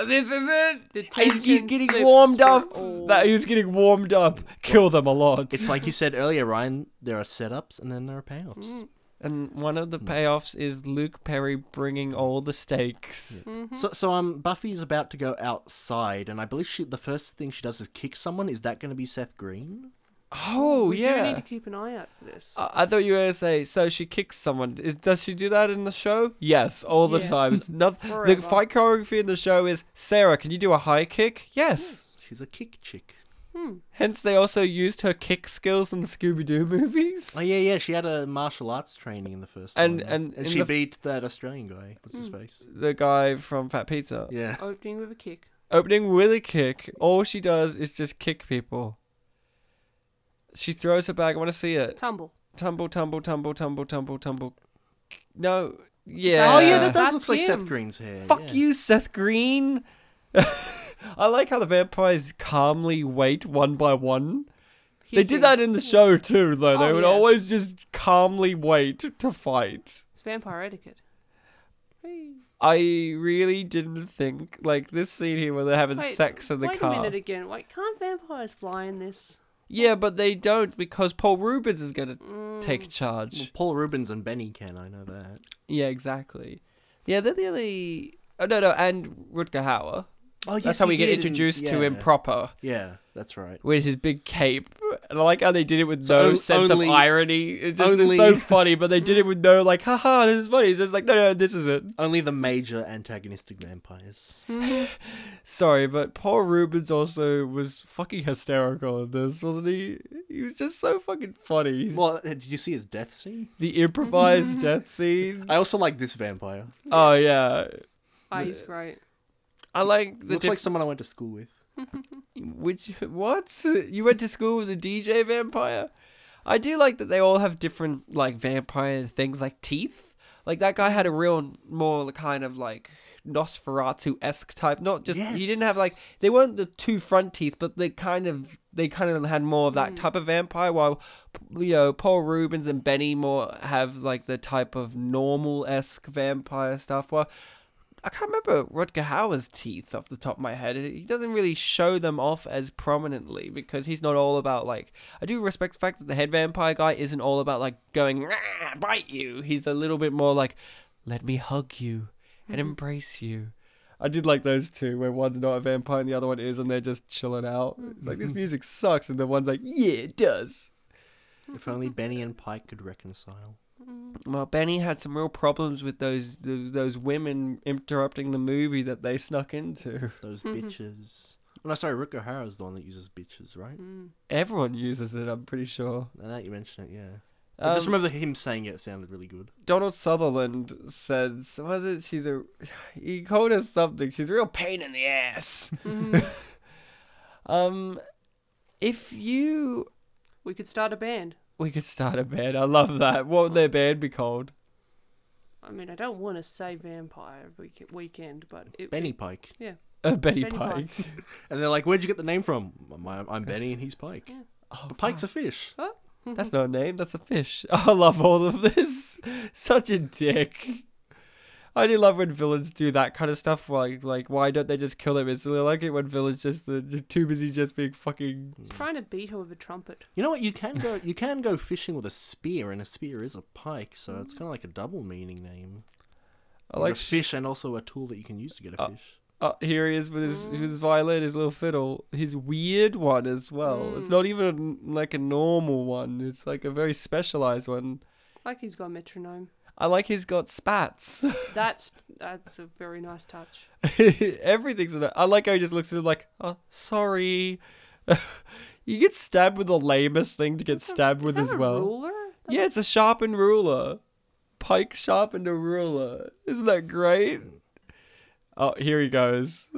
This is it. The He's, he's tension getting slips Oh. warmed for up. all. That he was getting warmed up. Kill them a lot. It's like you said earlier, Ryan. There are setups and then there are Hmm. payoffs. and one of the payoffs is Luke Perry bringing all the stakes. Mm-hmm. So, so um, Buffy's about to go outside, and I believe she the first thing she does is kick someone. Is that going to be Seth Green? Oh we yeah. Uh, do need to keep an eye out for this. I I thought you were gonna say so she kicks someone. Is, does she do that in the show? Yes, all the Yes. time. It's Not, the Forever. fight choreography in the show is Sarah. Can you do a high kick? Yes. She's a kick chick. Hmm. Hence, they also used her kick skills in the Scooby Doo movies. Oh yeah, yeah. She had a martial arts training in the first. And- one. and in she the- beat that Australian guy. What's his face? the guy from Fat Pizza. Yeah. Opening with a kick. Opening with a kick. All she does is just kick people. She throws her bag. I want to see it. Tumble. Tumble, tumble, tumble, tumble, tumble, tumble. No. Yeah. Oh yeah, that does That's look like Seth him. Green's hair. Fuck yeah. you, Seth Green. I like how the vampires calmly wait one by one. they Hissing. did that in the show too, though. they Oh, would yeah. always just calmly wait to fight. It's vampire etiquette. Hey. I really didn't think like this scene here where they're having Wait, sex in the wait car. a minute again. Why can't vampires fly in this? Yeah, but they don't because Paul Rubens is gonna Mm. take Well, charge. Paul Rubens and Benny can. I know that. Yeah, exactly. Yeah, they're the only. Oh no, no, and Rutger Hauer. Oh, yes, That's how he we get did in- introduced to him yeah. proper. Yeah, that's right. with his big cape. And I like how they did it with So no on- sense only- of irony. It's just it's so only- funny, but they did it with no like, haha, this is funny. It's just like, no, no, this is it. Only the major antagonistic vampires. Hmm. Sorry, but Paul Rubens also was fucking hysterical in this, wasn't he? He was just so fucking funny. He's- Well, uh, did you see his death scene? the improvised death scene. I also like this vampire. Oh yeah, Oh, he's great. I like the Looks diff- like someone I went to school with. Which what? You went to school with a DJ vampire? I do like that they all have different like vampire things like teeth. Like that guy had a real more kind of like Nosferatu esque type. Not just he didn't have like they weren't the two front teeth, but they kind of they kind of had more of that type of vampire. While you know Paul Rubens and Benny more have like the type of normal esque vampire stuff. Well, I can't remember Rutger Hauer's teeth off the top of my head. He doesn't really show them off as prominently because he's not all about like. I do respect the fact that the head vampire guy isn't all about like going "Rah, bite you. He's a little bit more like, let me hug you and embrace you. I did like those two where one's not a vampire and the other one is, and they're just chilling out. It's like this music sucks, and the one's like, yeah, it does. If only Benny and Pike could reconcile. Well, Benny had some real problems with those those, those women interrupting the movie that they snuck into. Those bitches. Oh, no, sorry, Rick O'Hara is the one that uses bitches, right? Everyone uses it, I'm pretty sure. Now that you mention it, yeah. I Um, just remember him saying it sounded really good. Donald Sutherland says, "Was it? She's a." He called her something. She's a real pain in the ass. Mm-hmm. um, if you, We could start a band. we could start a band. I love that. What would their band be called? I mean, I don't want to say vampire week- weekend, but it, Benny Pike. yeah, Uh, Betty, Betty Pike. Pike. And they're like, where'd you get the name from? I'm, I'm Benny and he's Pike. but Pike's a fish. That's not a name. That's a fish. I love all of this. Such a dick. I do love when villains do that kind of stuff. Like, like why don't they just kill them instantly? I like it when villains just they're too busy just being fucking it's trying to beat her with a trumpet. You know what? You can go. You can go fishing with a spear, and a spear is a pike, so it's kind of like a double meaning name. I It's like a fish, and also a tool that you can use to get a fish. uh, here he is with his Mm. with his violin, his little fiddle, his weird one as well. Mm. It's not even a n like a normal one. It's like a very specialized one. Like he's got a metronome. I like he's got spats. That's that's a very nice touch. Everything's. An, I like how he just looks at him like, oh, sorry. you get stabbed with the lamest thing to get stabbed Is with that as a well. ruler? Yeah, it's a sharpened ruler. Pike sharpened a ruler. Isn't that great? Oh, here he goes.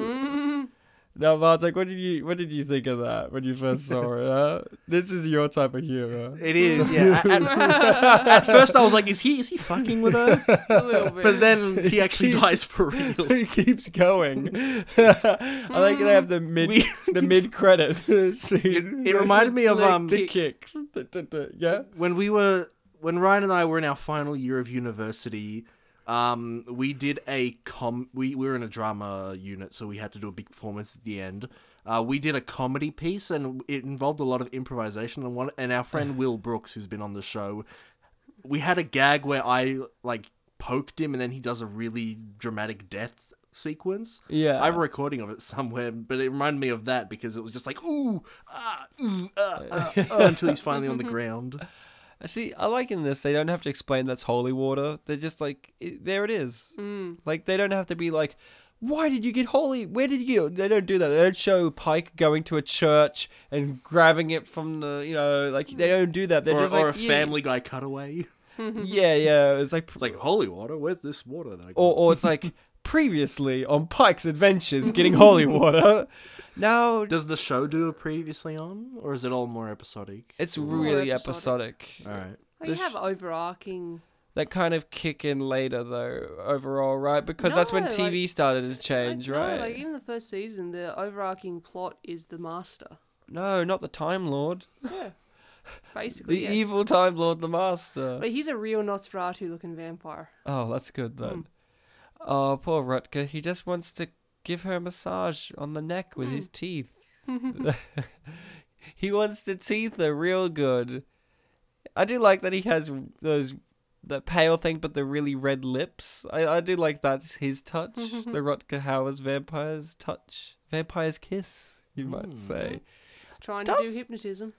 Now, Bartek, what did you what did you think of that when you first saw it? Huh? This is your type of humor. It is, yeah. At, at- at first, I was like, "Is he? Is he fucking with her?" A little bit. But then he actually dies for real. it keeps going. I like they have the mid We- the mid credit It, scene. it reminded me of Like um the kick. Yeah. when we were when Ryan and I were in our final year of university. Um, we did a com. We, we were in a drama unit, so we had to do a big performance at the end. Uh, we did a comedy piece, and it involved a lot of improvisation. And one and our friend Will Brooks, who's been on the show, we had a gag where I like poked him, and then he does a really dramatic death sequence. Yeah. I have a recording of it somewhere, but it reminded me of that because it was just like ooh, ah, ooh, ah, ah, ah, until he's finally on the ground. See, I like in this they don't have to explain that's holy water. They're just like, i there it is. Hmm. Mm. Like they don't have to be like, why did you get holy? Where did you? They don't do that. They don't show Pike going to a church and grabbing it from the, you know, like they don't do that. They're Or, just or like, a yeah, Family Guy cutaway. Yeah, yeah. It's like, It's like holy water. Where's this water that I got? or or it's like previously on Pike's adventures getting holy water. Now Does the show do a previously on, or is it all more episodic? it's really episodic. episodic. all right. Like, you The have sh- overarching. that kind of kick in later though overall right because that's when No, tv like- started to change like, no, right like even the first season, the overarching plot is the master. no not the time lord Yeah, the basically. yes. evil time lord the master But he's a real Nosferatu-looking vampire. oh that's good then oh poor rutger he just wants to give her a massage on the neck with his teeth he wants to teeth her real good i do like that he has those the pale thing but the really red lips i, I do like that's his touch the rutger howard's vampire's touch vampire's kiss you might say He's trying to Does- do hypnotism.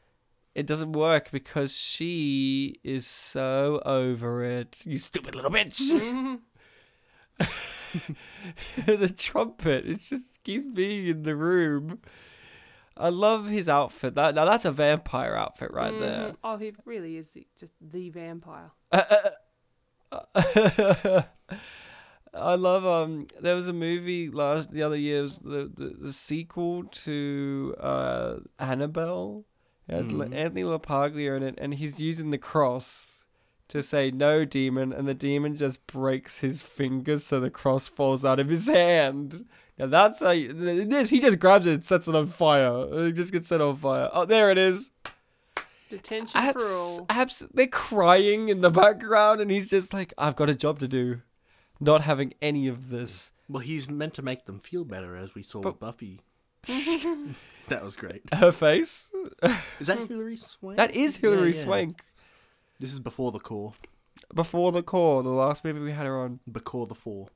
it doesn't work because she is so over it. You stupid little bitch. the trumpet. It just keeps being in the room. I love his outfit. That now that's a vampire outfit right there. Oh, he really is the- just the vampire. I love um there was a movie last the other year was the, the the sequel to uh Annabelle it has Le- Anthony LaPaglia in it and he's using the cross to say no demon and the demon just breaks his fingers so the cross falls out of his hand now that's how you, in this he just grabs it and sets it on fire it just gets set on fire oh there it is Detention for abs- all. abs- they're crying in the background and he's just like i've got a job to do not having any of this Well, he's meant to make them feel better, as we saw with Buffy. that was great. her face Is that Hillary Swank? Hmm. that is Yeah, hilary yeah. swank This is before the core, before the core the last movie we had her on before the four.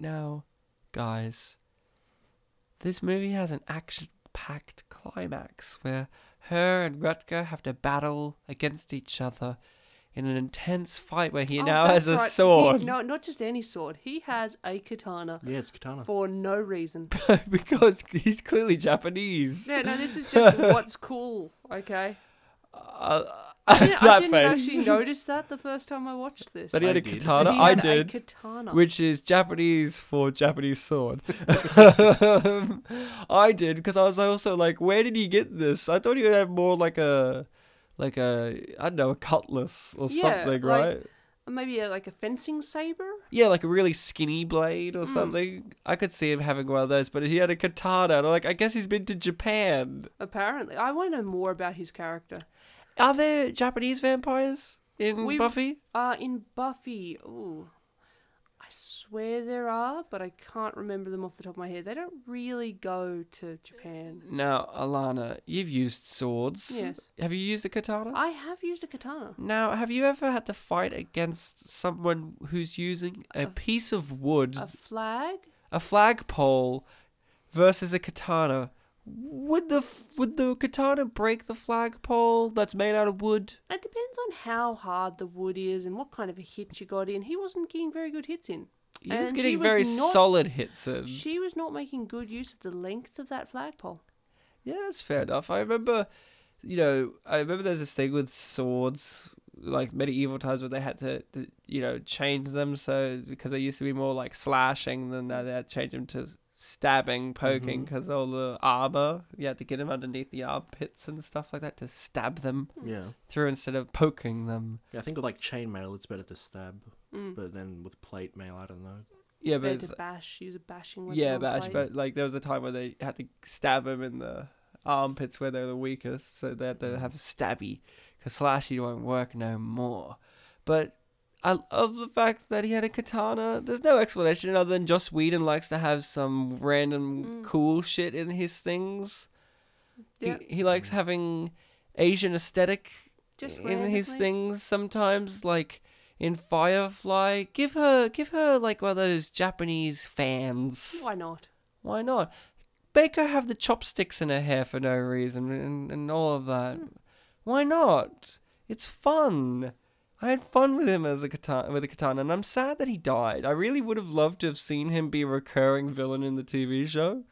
now guys this movie has an action packed climax where her and rutger have to battle against each other in an intense fight where he Oh, now has a that's right. He- sword no, not just any sword. He has a katana Yeah, it's Katana. for no reason. because he's clearly japanese No, no, this is just what's cool. Okay. I didn't, I Uh, that didn't face. actually notice that the first time I watched this. That he had I a did. katana. He I had did, A katana. which is Japanese for Japanese sword. I did because I was also like, where did he get this? I thought he would have more like a, like a, I don't know, a cutlass or Yeah, something, like- right? maybe a, like a fencing saber. Yeah, like a really skinny blade Hmm. or something. I could see him having one of those, but he had a katana. And I'm like, I guess he's been to Japan. Apparently, I want to know more about his character. Are there Japanese vampires in We- Buffy? Uh, in Buffy, ooh, I swear there are, but I can't remember them off the top of my head. They don't really go to Japan. Now, Alana, you've used swords. Yes. Have you used a katana? I have used a katana. Now, have you ever had to fight against someone who's using a piece of wood, A flag? a flagpole, versus a katana? Would the f- would the katana break the flagpole that's made out of wood? It depends on how hard the wood is and what kind of a hit you got in. He wasn't getting very good hits in. He was And she getting was very not- solid hits in. She was not making good use of the length of that flagpole. Yeah, that's fair enough. I remember, you know, I remember there's this thing with swords, like medieval times, where they had to, to, you know, change them so because they used to be more like slashing than now they had to change them to stabbing, poking, because all the armor you had to get them underneath the armpits and stuff like that to stab them Yeah. through instead of poking them. yeah, I think with like chainmail, it's better to stab, but then with plate mail, I don't know. Yeah, but Better it's- to bash, use a bashing weapon. yeah, on but, plate. actually, but like there was a time where they had to stab them in the armpits where they're the Mm. weakest, so they had to have stabby, because slashy won't work no more. But I love the fact that he had a katana. There's no explanation other than Joss Whedon likes to have some Mm. random cool shit in his things. Yeah. He, he likes having Asian aesthetic Just in his randomly. things sometimes, like in Firefly. Give her, give her like one of those Japanese fans. Why not? Why not? Make her have the chopsticks in her hair for no reason and, and all of that. Why not? It's fun. I had fun with him as a katana, with a katana, and I'm sad that he died. I really would have loved to have seen him be a recurring villain in the TV show.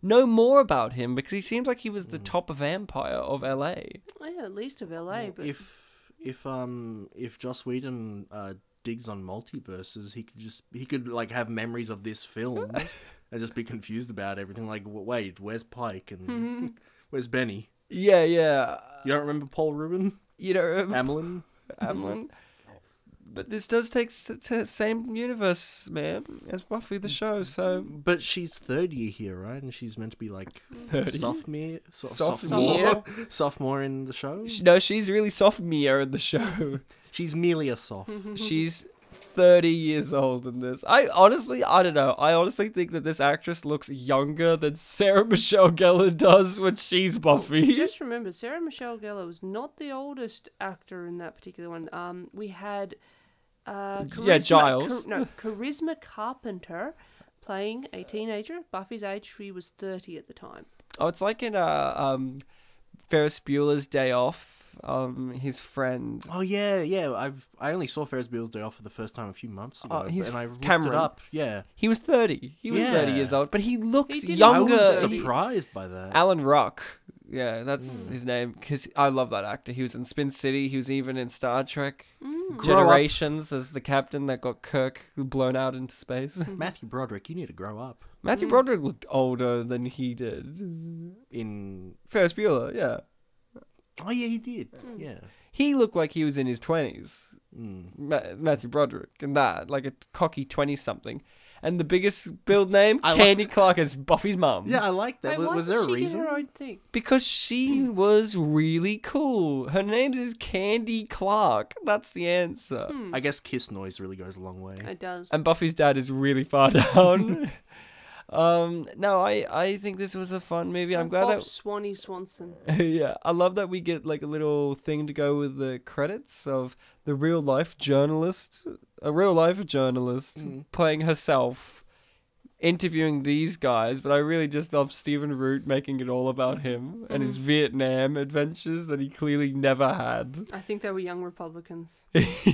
Know more about him because he seems like he was the top vampire of LA. Yeah, at least of LA, but If if um if Joss Whedon uh, digs on multiverses, he could just he could like have memories of this film and just be confused about everything. Like, w- wait, where's Pike and where's Benny? Yeah, yeah. You don't remember Paul Rubin, You know, Amelin? Amlin. But this does take s- to same universe, man, as Buffy the show. So But she's third year here, right? And she's meant to be like sophomore, so- Sophomore. sophomore, sophomore in the show. Sh- No, she's really soft Mia in the show. She's merely a soph. she's 30 years old in this. I honestly, I don't know. I honestly think that this actress looks younger than Sarah Michelle Gellar does when she's Buffy. just remember, Sarah Michelle Gellar was not the oldest actor in that particular one. Um, we had uh, Charisma, Yeah, Giles. Char- no, Charisma Carpenter playing a teenager. Buffy's age, she was thirty at the time. Oh, it's like in uh, um, Ferris Bueller's Day Off. Um, his friend. Oh yeah, yeah. I've I only saw Ferris Bueller's Day Off for the first time a few months ago, Oh, he's and I looked Cameron. it up. Yeah, He was 30. He was 30 Yeah. years old, but he looks He did look younger. I was He- surprised by that. Alan Rock. Yeah, that's his name because I love that actor. He was in Spin City. He was even in Star Trek Grow up. Generations as the captain that got Kirk blown out into space. Matthew Broderick, you need to grow up. Matthew Broderick looked older than he did. In Ferris Bueller, yeah. oh yeah, he did. Yeah, He looked like he was in his 20s. Ma- Matthew Broderick and that, like a cocky 20 something. And the biggest build name, I like- Candy Clark, is Buffy's mum. yeah, I like that. Wait, Was, why was did there a she get reason? Her own thing. Because she was really cool. Her name is Candy Clark. That's the answer. I guess kiss noise really goes a long way. It does. And Buffy's dad is really far down. um, no, I, I think this was a fun movie. I'm And glad Bob that Swanee Swanson. yeah, I love that we get like a little thing to go with the credits of the real life journalist, a real life journalist playing herself, interviewing these guys. But I really just love Stephen Root making it all about him and his Vietnam adventures that he clearly never had. I think they were young Republicans.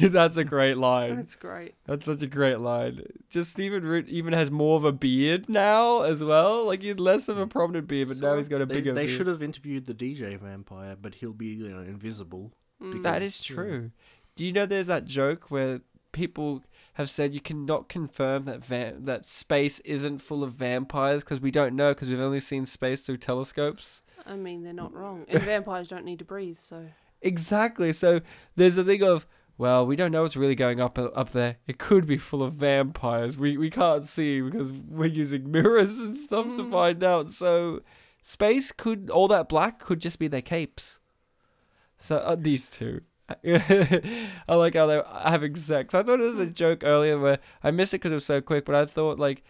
That's a great line. That's great. That's such a great line. Just Stephen Root even has more of a beard now as well. Like he had less of a prominent beard, but now Sure. he's got a They, bigger. they beard. should have interviewed the DJ vampire, but he'll be you know, invisible. Hmm. That because- is true. Do you know there's that joke where people have said you cannot confirm that van- that space isn't full of vampires because we don't know because we've only seen space through telescopes. I mean, they're not wrong. And vampires don't need to breathe, so Exactly. So there's a thing of well, we don't know what's really going up up there. It could be full of vampires. We we can't see because we're using mirrors and stuff to find out. So space could all that black could just be their capes. So uh, these two. I like how they're having sex. I thought it was a joke earlier where I missed it because it was so quick, but I thought like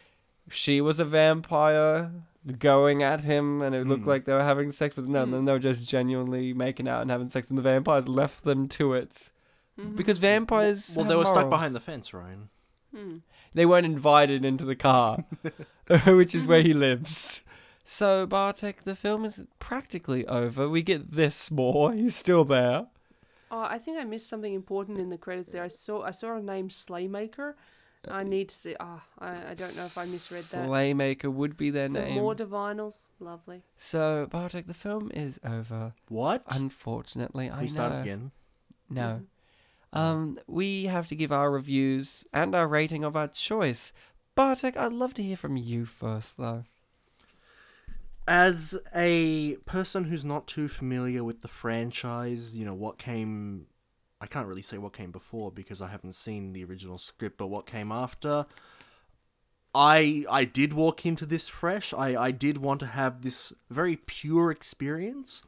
she was a vampire going at him and it looked like they were having sex, but Mm. no, then they were just genuinely making out and having sex, and the vampires left them to it. Because vampires. Mm. Well, have they were stuck morals. behind the fence, Ryan. Hmm. They weren't invited into the car, which is where he lives. So, Bartek, the film is practically over. We get this more. He's still there. Oh, I think I missed something important in the credits there. I saw I saw a name Slaymaker. I need to see. Ah, I, I don't know if I misread that. Uh, Slaymaker would be their Some name. more divinals, lovely. So, Bartek, the film is over. What? Unfortunately, I we know. start again. No. Mm-hmm. Um, we have to give our reviews and our rating of our choice. Bartek, I'd love to hear from you first, though. as a person who's not too familiar with the franchise, you know, what came I can't really say what came before because I haven't seen the original script, but what came after I I did walk into this fresh. I I did want to have this very pure experience.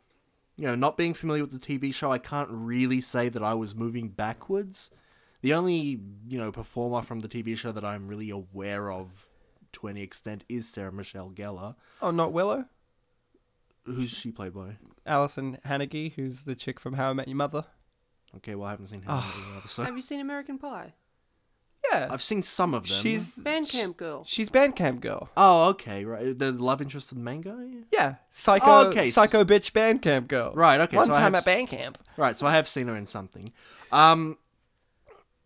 You know, not being familiar with the TV show, I can't really say that I was moving backwards. The only you know performer from the TV show that I'm really aware of to any extent is Sarah Michelle Gellar. Oh, not Willow. Who's she played by? Alison Hannigy, who's the chick from How I Met Your Mother. Okay, well I haven't seen her. in either, Uh, so- Have you seen American Pie? Yeah, I've seen some of them. she's Bandcamp Girl. she's Bandcamp girl. Oh, okay, right. The love interest of the main guy. Yeah, psycho, Oh, okay, so- psycho bitch Bandcamp girl. Right, okay, One so I time have at Bandcamp. Right, so I have seen her in something. Um,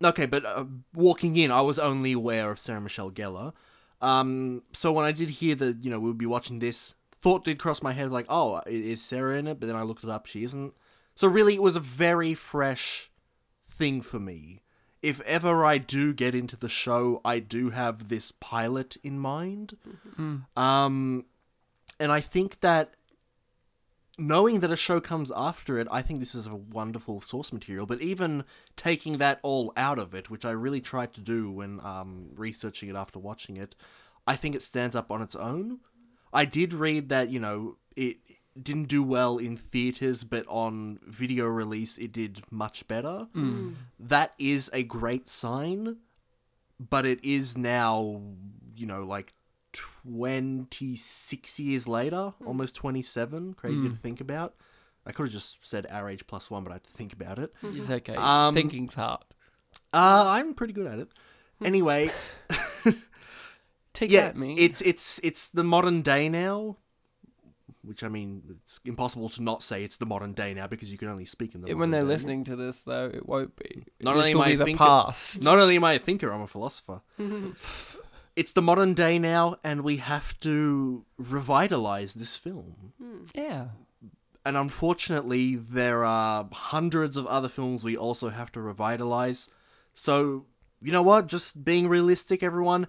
okay, but uh, walking in, I was only aware of Sarah Michelle Gellar. Um, so when I did hear that, you know, we would be watching this, thought did cross my head like, oh, i- is Sarah in it? But then I looked it up, she isn't. So really, it was a very fresh thing for me. If ever I do get into the show, I do have this pilot in mind. Um, and I think that knowing that a show comes after it, I think this is a wonderful source material. But even taking that all out of it, which I really tried to do when um, researching it after watching it, I think it stands up on its own. I did read that you know it didn't do well in theaters, but on video release it did much better. That is a great sign but it is now, you know, like 26 years later, almost 27. Crazy Hmm. to think about. I could have just said our age plus one, but I had to think about it. It's okay. Um, Thinking's hard. Uh, I'm pretty good at it. Anyway, Take yeah, that, me. it's it's it's the modern day now, which I mean, it's impossible to not say it's the modern day now because you can only speak in the when modern they're day. listening to this, though, it won't be. Not this only will am I be the thinking- past. Not only am I a thinker, I'm a philosopher. it's the modern day now, and we have to revitalize this film. Yeah. and unfortunately, there are hundreds of other films we also have to revitalize. So, you know what? Just being realistic, everyone,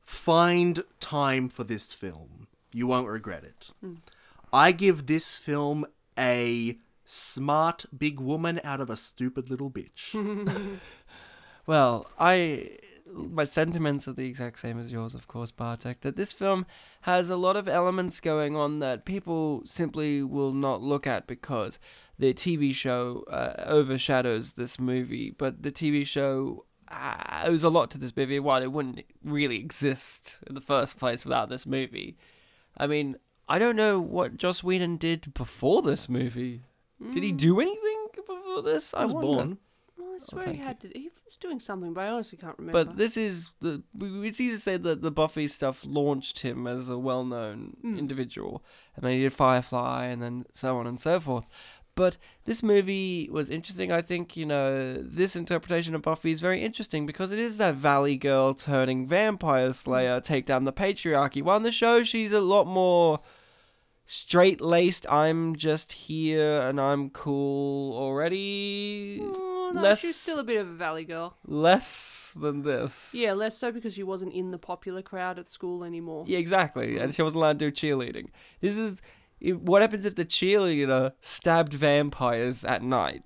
find time for this film. You won't regret it. Hmm. I give this film a smart big woman out of a stupid little bitch. Well, I my sentiments are the exact same as yours, of course, Bartek. That this film has a lot of elements going on that people simply will not look at because the TV show uh, overshadows this movie. But the TV show uh, owes a lot to this movie. While it wouldn't really exist in the first place without this movie, I mean, I don't know what Joss Whedon did before this movie. Did he do anything before this? I Hmm. was wonder. born. Well, Oh, I swear he oh, thank had to. He was doing something, but I honestly can't remember. But this is the it's easy to say that the Buffy stuff launched him as a well-known Hmm. individual, and then he did Firefly, and then so on and so forth. But this movie was interesting. I think you know this interpretation of Buffy is very interesting because it is that Valley girl turning vampire Hmm. slayer, take down the patriarchy. While in the show, she's a lot more straight laced. I'm just here and I'm cool already. Oh, no, less she was still a bit of a valley girl. less than this. Yeah, less so because she wasn't in the popular crowd at school anymore. Yeah, exactly. And she wasn't allowed to do cheerleading. This is it- what happens if the cheerleader stabbed vampires at night.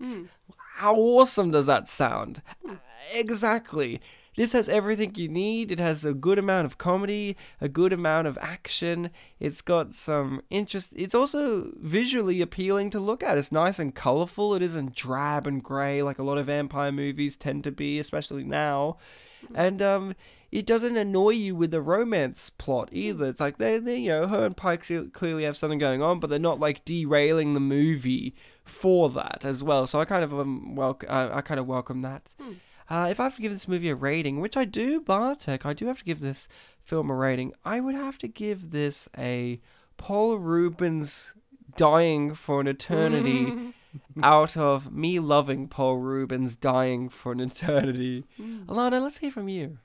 How awesome does that sound? Uh, Exactly. This has everything you need. It has a good amount of comedy, a good amount of action. It's got some interest. It's also visually appealing to look at. It's nice and colorful. It isn't drab and gray like a lot of vampire movies tend to be, especially now and um, it doesn't annoy you with the romance plot either. It's like they, they, you know, her and Pike cle- clearly have something going on, but they're not like derailing the movie for that as well. So I kind of um, welcome, uh, I kind of welcome that. Uh, if I have to give this movie a rating, which I do, Bartek, I do have to give this film a rating. I would have to give this a Paul Rubens dying for an eternity out of me loving Paul Rubens dying for an eternity. Mm. Alana, let's hear from you.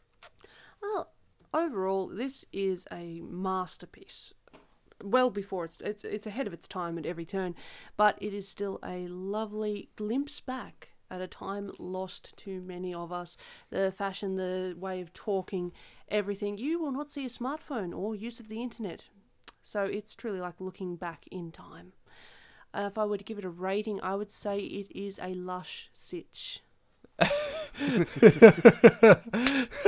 Well, overall, this is a masterpiece. Well, before it's it's it's ahead of its time at every turn, but it is still a lovely glimpse back at a time lost to many of us. The fashion, the way of talking, everything. You will not see a smartphone or use of the internet, so it's truly like looking back in time. Uh, if I were to give it a rating, I would say it is a lush sitch.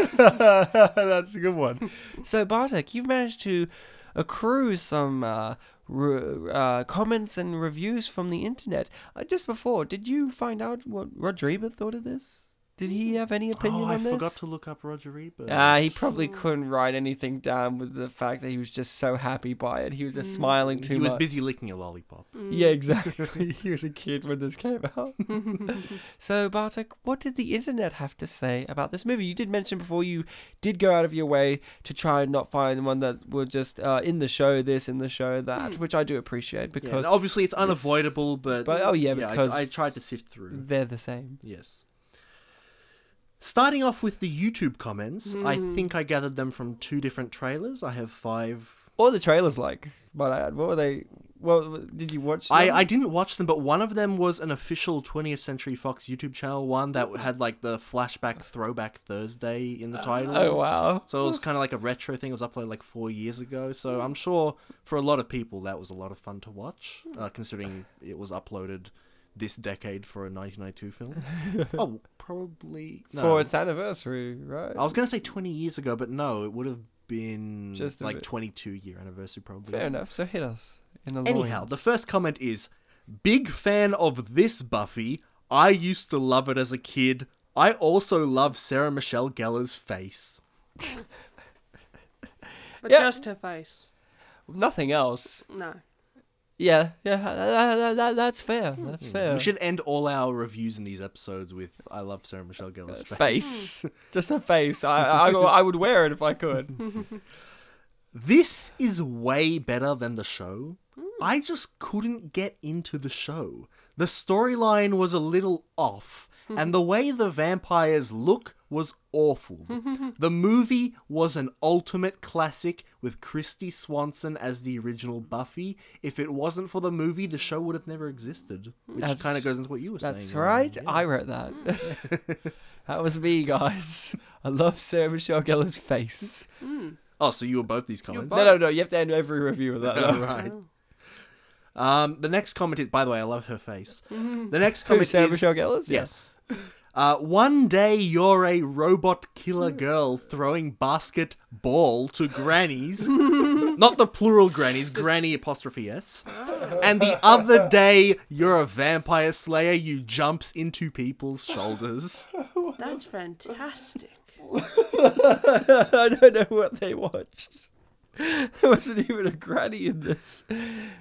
That's a good one. so, Bartek, you've managed to accrue some uh, re- uh, comments and reviews from the internet. Uh, just before, did you find out what Rod Dreber thought of this? Did he have any opinion oh, on I this? forgot to look up Roger Ebert. Ah, he probably couldn't write anything down with the fact that he was just so happy by it. He was Mm. just smiling too he was much. busy licking a lollipop. Mm. Yeah, exactly. he was a kid when this came out. so, Bartek, what did the internet have to say about this movie? You did mention before you did go out of your way to try and not find one that were just uh, in the show this, in the show that, which I do appreciate Yeah, because and obviously it's unavoidable, but, But- oh, yeah, I- because- I, tried to sift through. they're the same. Yes. Starting off with the YouTube comments, I Hmm. think I gathered them from two different trailers. I have five. Or the trailers, like, might I add. What were they? Well, did you watch? I, them? I didn't watch them, but one of them was an official 20th Century Fox YouTube channel one that had like the flashback throwback Thursday in the title. Oh wow! So it was kind of like a retro thing. It was uploaded like four years ago. So I'm sure for a lot of people that was a lot of fun to watch, Hmm. uh, considering it was uploaded this decade for a 1992 film. oh, probably no. For its anniversary, right? I was gonna say 20 years ago, but no, it would have been Just a like bit. 22 year anniversary probably. Fair enough. So hit us in the Anyhow, loins. the first comment is big fan of this Buffy. I used to love it as a kid. I also love Sarah Michelle Gellar's face. But Yeah. just her face. nothing else. No. Yeah, yeah, that, that, that, that's fair. That's fair. We should end all our reviews in these episodes with "I love Sarah Michelle Gellar's face." face, just a face. I, I, I would wear it if I could. This is way better than the show. Hmm. I just couldn't get into the show. The storyline was a little off, Hmm. and the way the vampires look was awful. the movie was an ultimate classic with Christy Swanson as the original Buffy. If it wasn't for the movie, the show would have never existed. Which That's- kind of goes into what you were saying. That's Lauren. right. Yeah. Hmm. I wrote that. that was me, guys. I love Sarah Michelle Gellar's face. Oh, so you were both these comments. No, no, no. You have to end every review with that. Though. right. Um, the next comment is, by the way, I love her face. The next Mm-hmm. Who, comment Sarah is, Michelle Gellar's? Yeah. yes. Uh, one day you're a robot killer girl throwing basket ball to grannies, not the plural grannies, granny apostrophe s. And the other day you're a vampire slayer. You jumps into people's shoulders. That's fantastic. I don't know what they watched. There wasn't even a granny in this.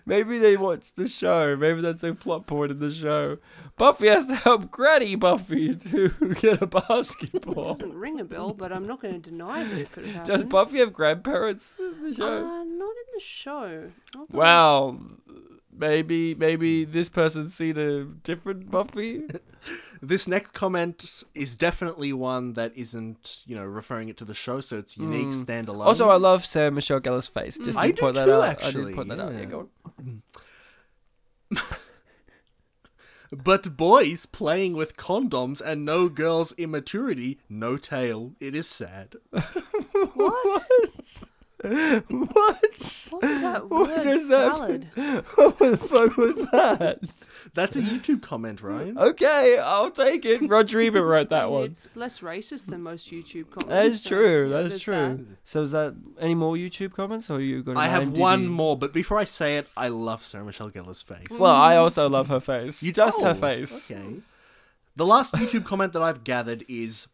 Maybe they watched the show. Maybe that's a plot point in the show. Buffy has to help Granny Buffy to get a basketball. Doesn't ring a bell, but I'm not going to deny that it could have Does happened. Buffy have grandparents in the uh, show? not in the show. Not that I- wow. Maybe maybe this person's seen a different Buffy. This next comment is definitely one that isn't, you know, referring it to the show, so it's unique, Mm. standalone. Also, I love Sarah Michelle Gellar's face. Just Mm, I to do point that too, out. I actually, did point that out. yeah. Yeah, go on. But boys playing with condoms and no girls' immaturity, no tail. It is sad. What? What? What was that What word? does that Salad. what the fuck was that? That's a YouTube comment, Ryan. Okay, I'll take it. Roger Ebert wrote I that mean, one. It's less racist than most YouTube comments. That is so, true. yeah, That is there's true. So is that any more YouTube comments, or you got? an I have IMDb? one more, but before I say it, I love Sarah Michelle Gellar's face. Well, I also love her face. You- just oh, her face. Okay. The last YouTube comment that I've gathered is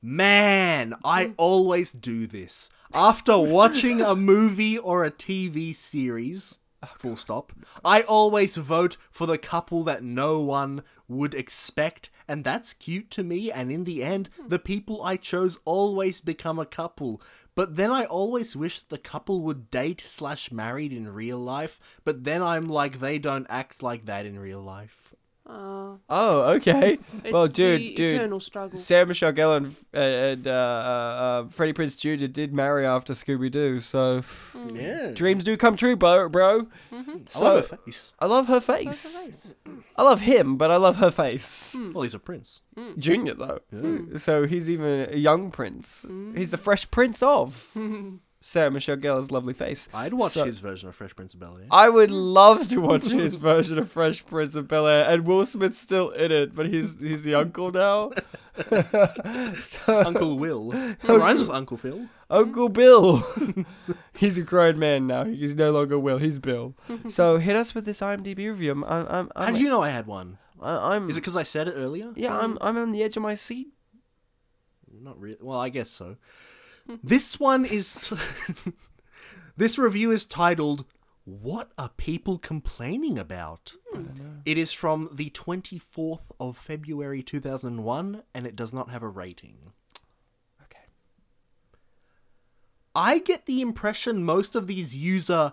Man, I always do this. After watching a movie or a TV series, full stop, I always vote for the couple that no one would expect, and that's cute to me. And in the end, the people I chose always become a couple. But then I always wish the couple would date slash married in real life, but then I'm like, they don't act like that in real life. that. Uh, Oh, okay. well, it's dude, the dude. Eternal struggle. Sarah Michelle Gellar and, uh, and uh, uh, uh, Freddie Prince Jr. did marry after Scooby Doo, so Hmm. Yeah. dreams do come true, bro. bro. I love So- her face. I love her face. I love him, but I love her face. Well, he's a prince. Junior though, so he's even a young prince. He's the fresh prince of Sarah Michelle Gellar's lovely face. I'd watch So- his version of Fresh Prince of Bel Air. I would love to watch his version of Fresh Prince of Bel Air, and Will Smith's still in it, but he's he's the uncle now. so, Uncle Will. Who rhymes with Uncle Phil? Uncle Bill. he's a grown man now. He's no longer Will. He's Bill. So hit us with this IMDb review. I'm I'm, I'm, How I'm did you know I had one? I, I'm. Is it because I said it earlier? yeah, I'm. I'm on the edge of my seat. Not really. Well, I guess so. this one is. this review is titled "What Are People Complaining About." It is from the twenty fourth of February two thousand and one, and it does not have a rating. Okay. I get the impression most of these user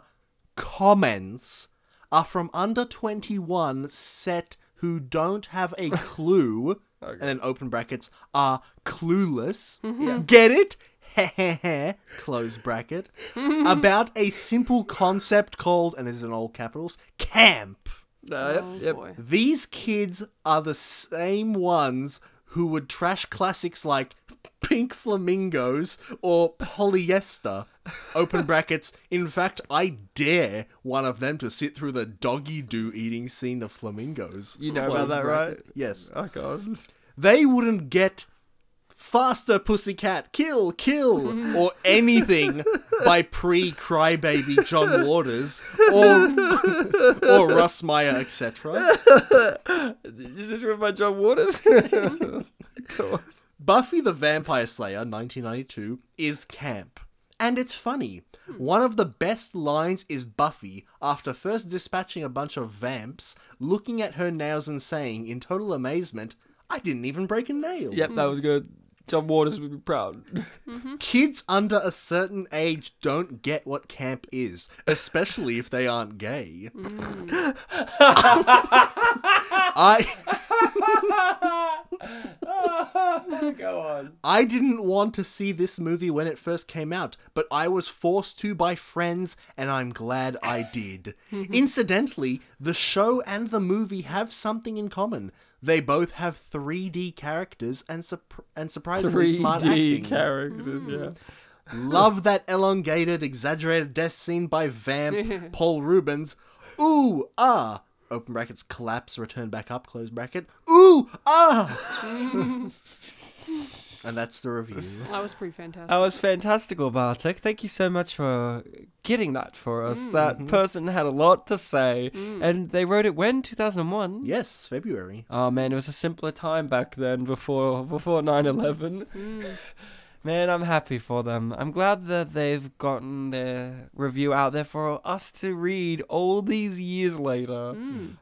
comments are from under 21 set who don't have a clue, and then open brackets, are clueless. Get it? Heh close bracket. about a simple concept called, and this is in all capitals, camp. Uh, Oh, yep, yep. boy. These kids are the same ones who would trash classics like Pink Flamingos or Polyester. Open brackets. In fact, I dare one of them to sit through the doggy do eating scene of flamingos. You know about Close that, bracket. right? Yes. Oh god. They wouldn't get faster pussycat kill kill or anything by pre crybaby John Waters or or Russ Meyer etc. Is this with my John Waters? Buffy the Vampire Slayer 1992 is camp. And it's funny. One of the best lines is Buffy, after first dispatching a bunch of vamps, looking at her nails and saying, in total amazement, I didn't even break a nail. yep, that was good. John Waters would be proud. Kids under a certain age don't get what camp is, especially if they aren't gay. I. Go on. I didn't want to see this movie when it first came out, but I was forced to by friends, and I'm glad I did. Incidentally, the show and the movie have something in common. They both have 3D characters and, surp- and surprisingly smart 3D acting. characters, yeah. Love that elongated, exaggerated death scene by Vamp Paul Rubens. Ooh, ah. Open brackets, collapse, return back up, close bracket. Ooh, ah. and that's the review. That was pretty fantastic. That was fantastical, Bartek. Thank you so much for getting that for us. Mm-hmm. That person had a lot to say, and they wrote it when 2001. Yes, February. Oh man, it was a simpler time back then before before 9/11. Mm, oh, Man, I'm happy for them. I'm glad that they've gotten their review out there for us to read all these years later.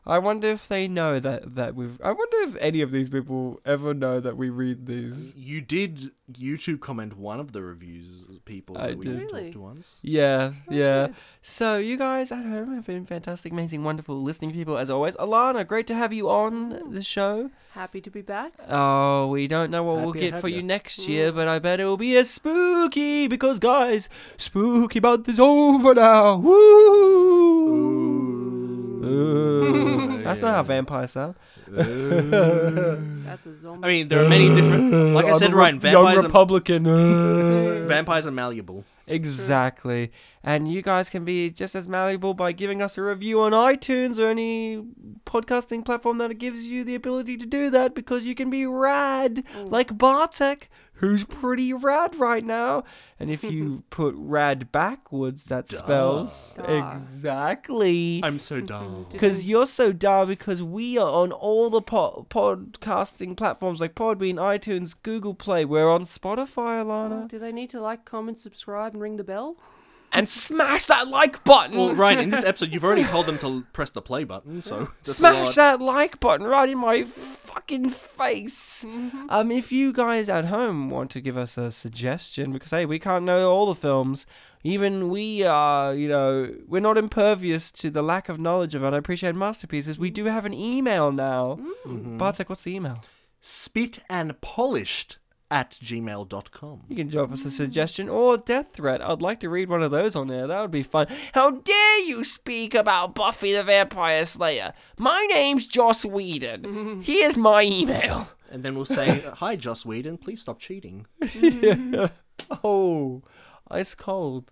I wonder if they know that that we've I wonder if any of these people ever know that we read these. You did YouTube comment one of the reviews people that I we did. talked Really? to once. Yeah, Oh, yeah. So you guys at home have been fantastic, amazing, wonderful listening people as always. Alana, great to have you on the show. Happy to be back. Oh, we don't know what we'll Happy I get had for you ya. next year, but I bet it will be as spooky because, guys, spooky month is over now. Woo! Ooh. That's not how vampires sound. That's a zombie. Uh, I mean, there are many different. Like I I'm said, a Ryan, re- young vampires are, Republican. Uh. vampires are malleable. exactly. And you guys can be just as malleable by giving us a review on iTunes or any podcasting platform that gives you the ability to do that because you can be rad like Bartek, who's pretty rad right now. And if you put rad backwards, that spells Duh. exactly. I'm so dull. Because you're so dull because we are on all the po- podcasting platforms like Podbean, iTunes, Google Play. We're on Spotify, Alana. Do they need to like, comment, subscribe, and ring the bell? And smash that like button. well, Ryan, in this episode, you've already told them to press the play button, so that's a smash lot. that like button right in my fucking face. Um, if you guys at home want to give us a suggestion, because hey, we can't know all the films. Even we are, you know, we're not impervious to the lack of knowledge of unappreciated masterpieces. We do have an email now. Bartek, what's the email? Spit and polished at gmail.com. You can drop us a suggestion or a death threat. I'd like to read one of those on there. That would be fun. How dare you speak about Buffy the Vampire Slayer? My name's Joss Whedon. Here's my email. And then we'll say, Hi, Joss Whedon, please stop cheating. Oh, ice cold.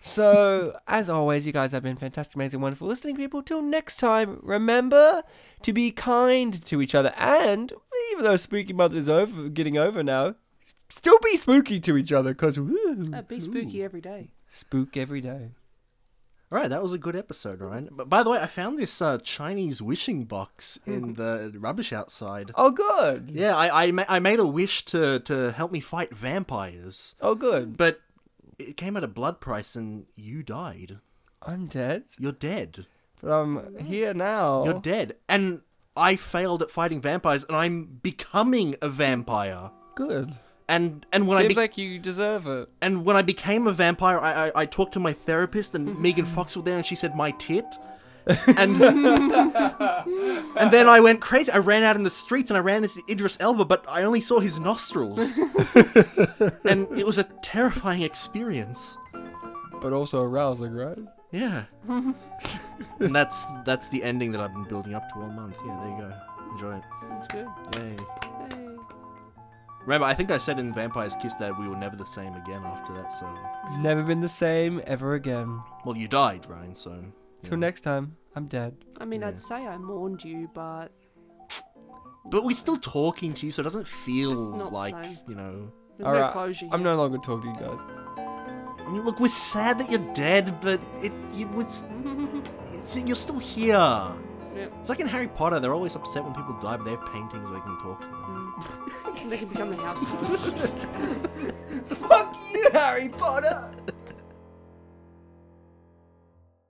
So, as always, you guys have been fantastic, amazing, wonderful listening people. Till next time, remember to be kind to each other. And even though Spooky Month is over, getting over now, s- still be spooky to each other because Uh, be spooky every day. spook every day. All right, that was a good episode, Ryan. But by the way, I found this uh, Chinese wishing box in the rubbish outside. Oh, good. Yeah, I I, ma- I made a wish to to help me fight vampires, Oh, good. but it came at a blood price, and you died. I'm dead, You're dead. but I'm here now. You're dead. And I failed at fighting vampires, and I'm becoming a vampire. Good. And and when I Seems be- like you deserve it. and when I became a vampire, I, I I talked to my therapist, and Megan Fox was there, and she said my tit. and and then I went crazy. I ran out in the streets and I ran into Idris Elba, but I only saw his nostrils, and it was a terrifying experience. But also arousing, right? Yeah, and that's that's the ending that I've been building up to all month. Yeah, there you go. Enjoy it. It's good. Yay. Yay. Remember, I think I said in Vampire's Kiss that we were never the same again after that, so. Never been the same ever again. Well, you died, Ryan, so. you Till know. next time, I'm dead. I mean, Yeah. I'd say I mourned you, but But we're still talking to you, so it doesn't feel Just not the like, same. you know. there's All no right, closure. I'm here. no longer talking to you guys. I mean, look, we're sad that you're dead, but it. it was, it's, you're still here. Yep. It's like in Harry Potter, they're always upset when people die, but they have paintings where you can talk to them. They can become the house. elf. Fuck you, Harry Potter!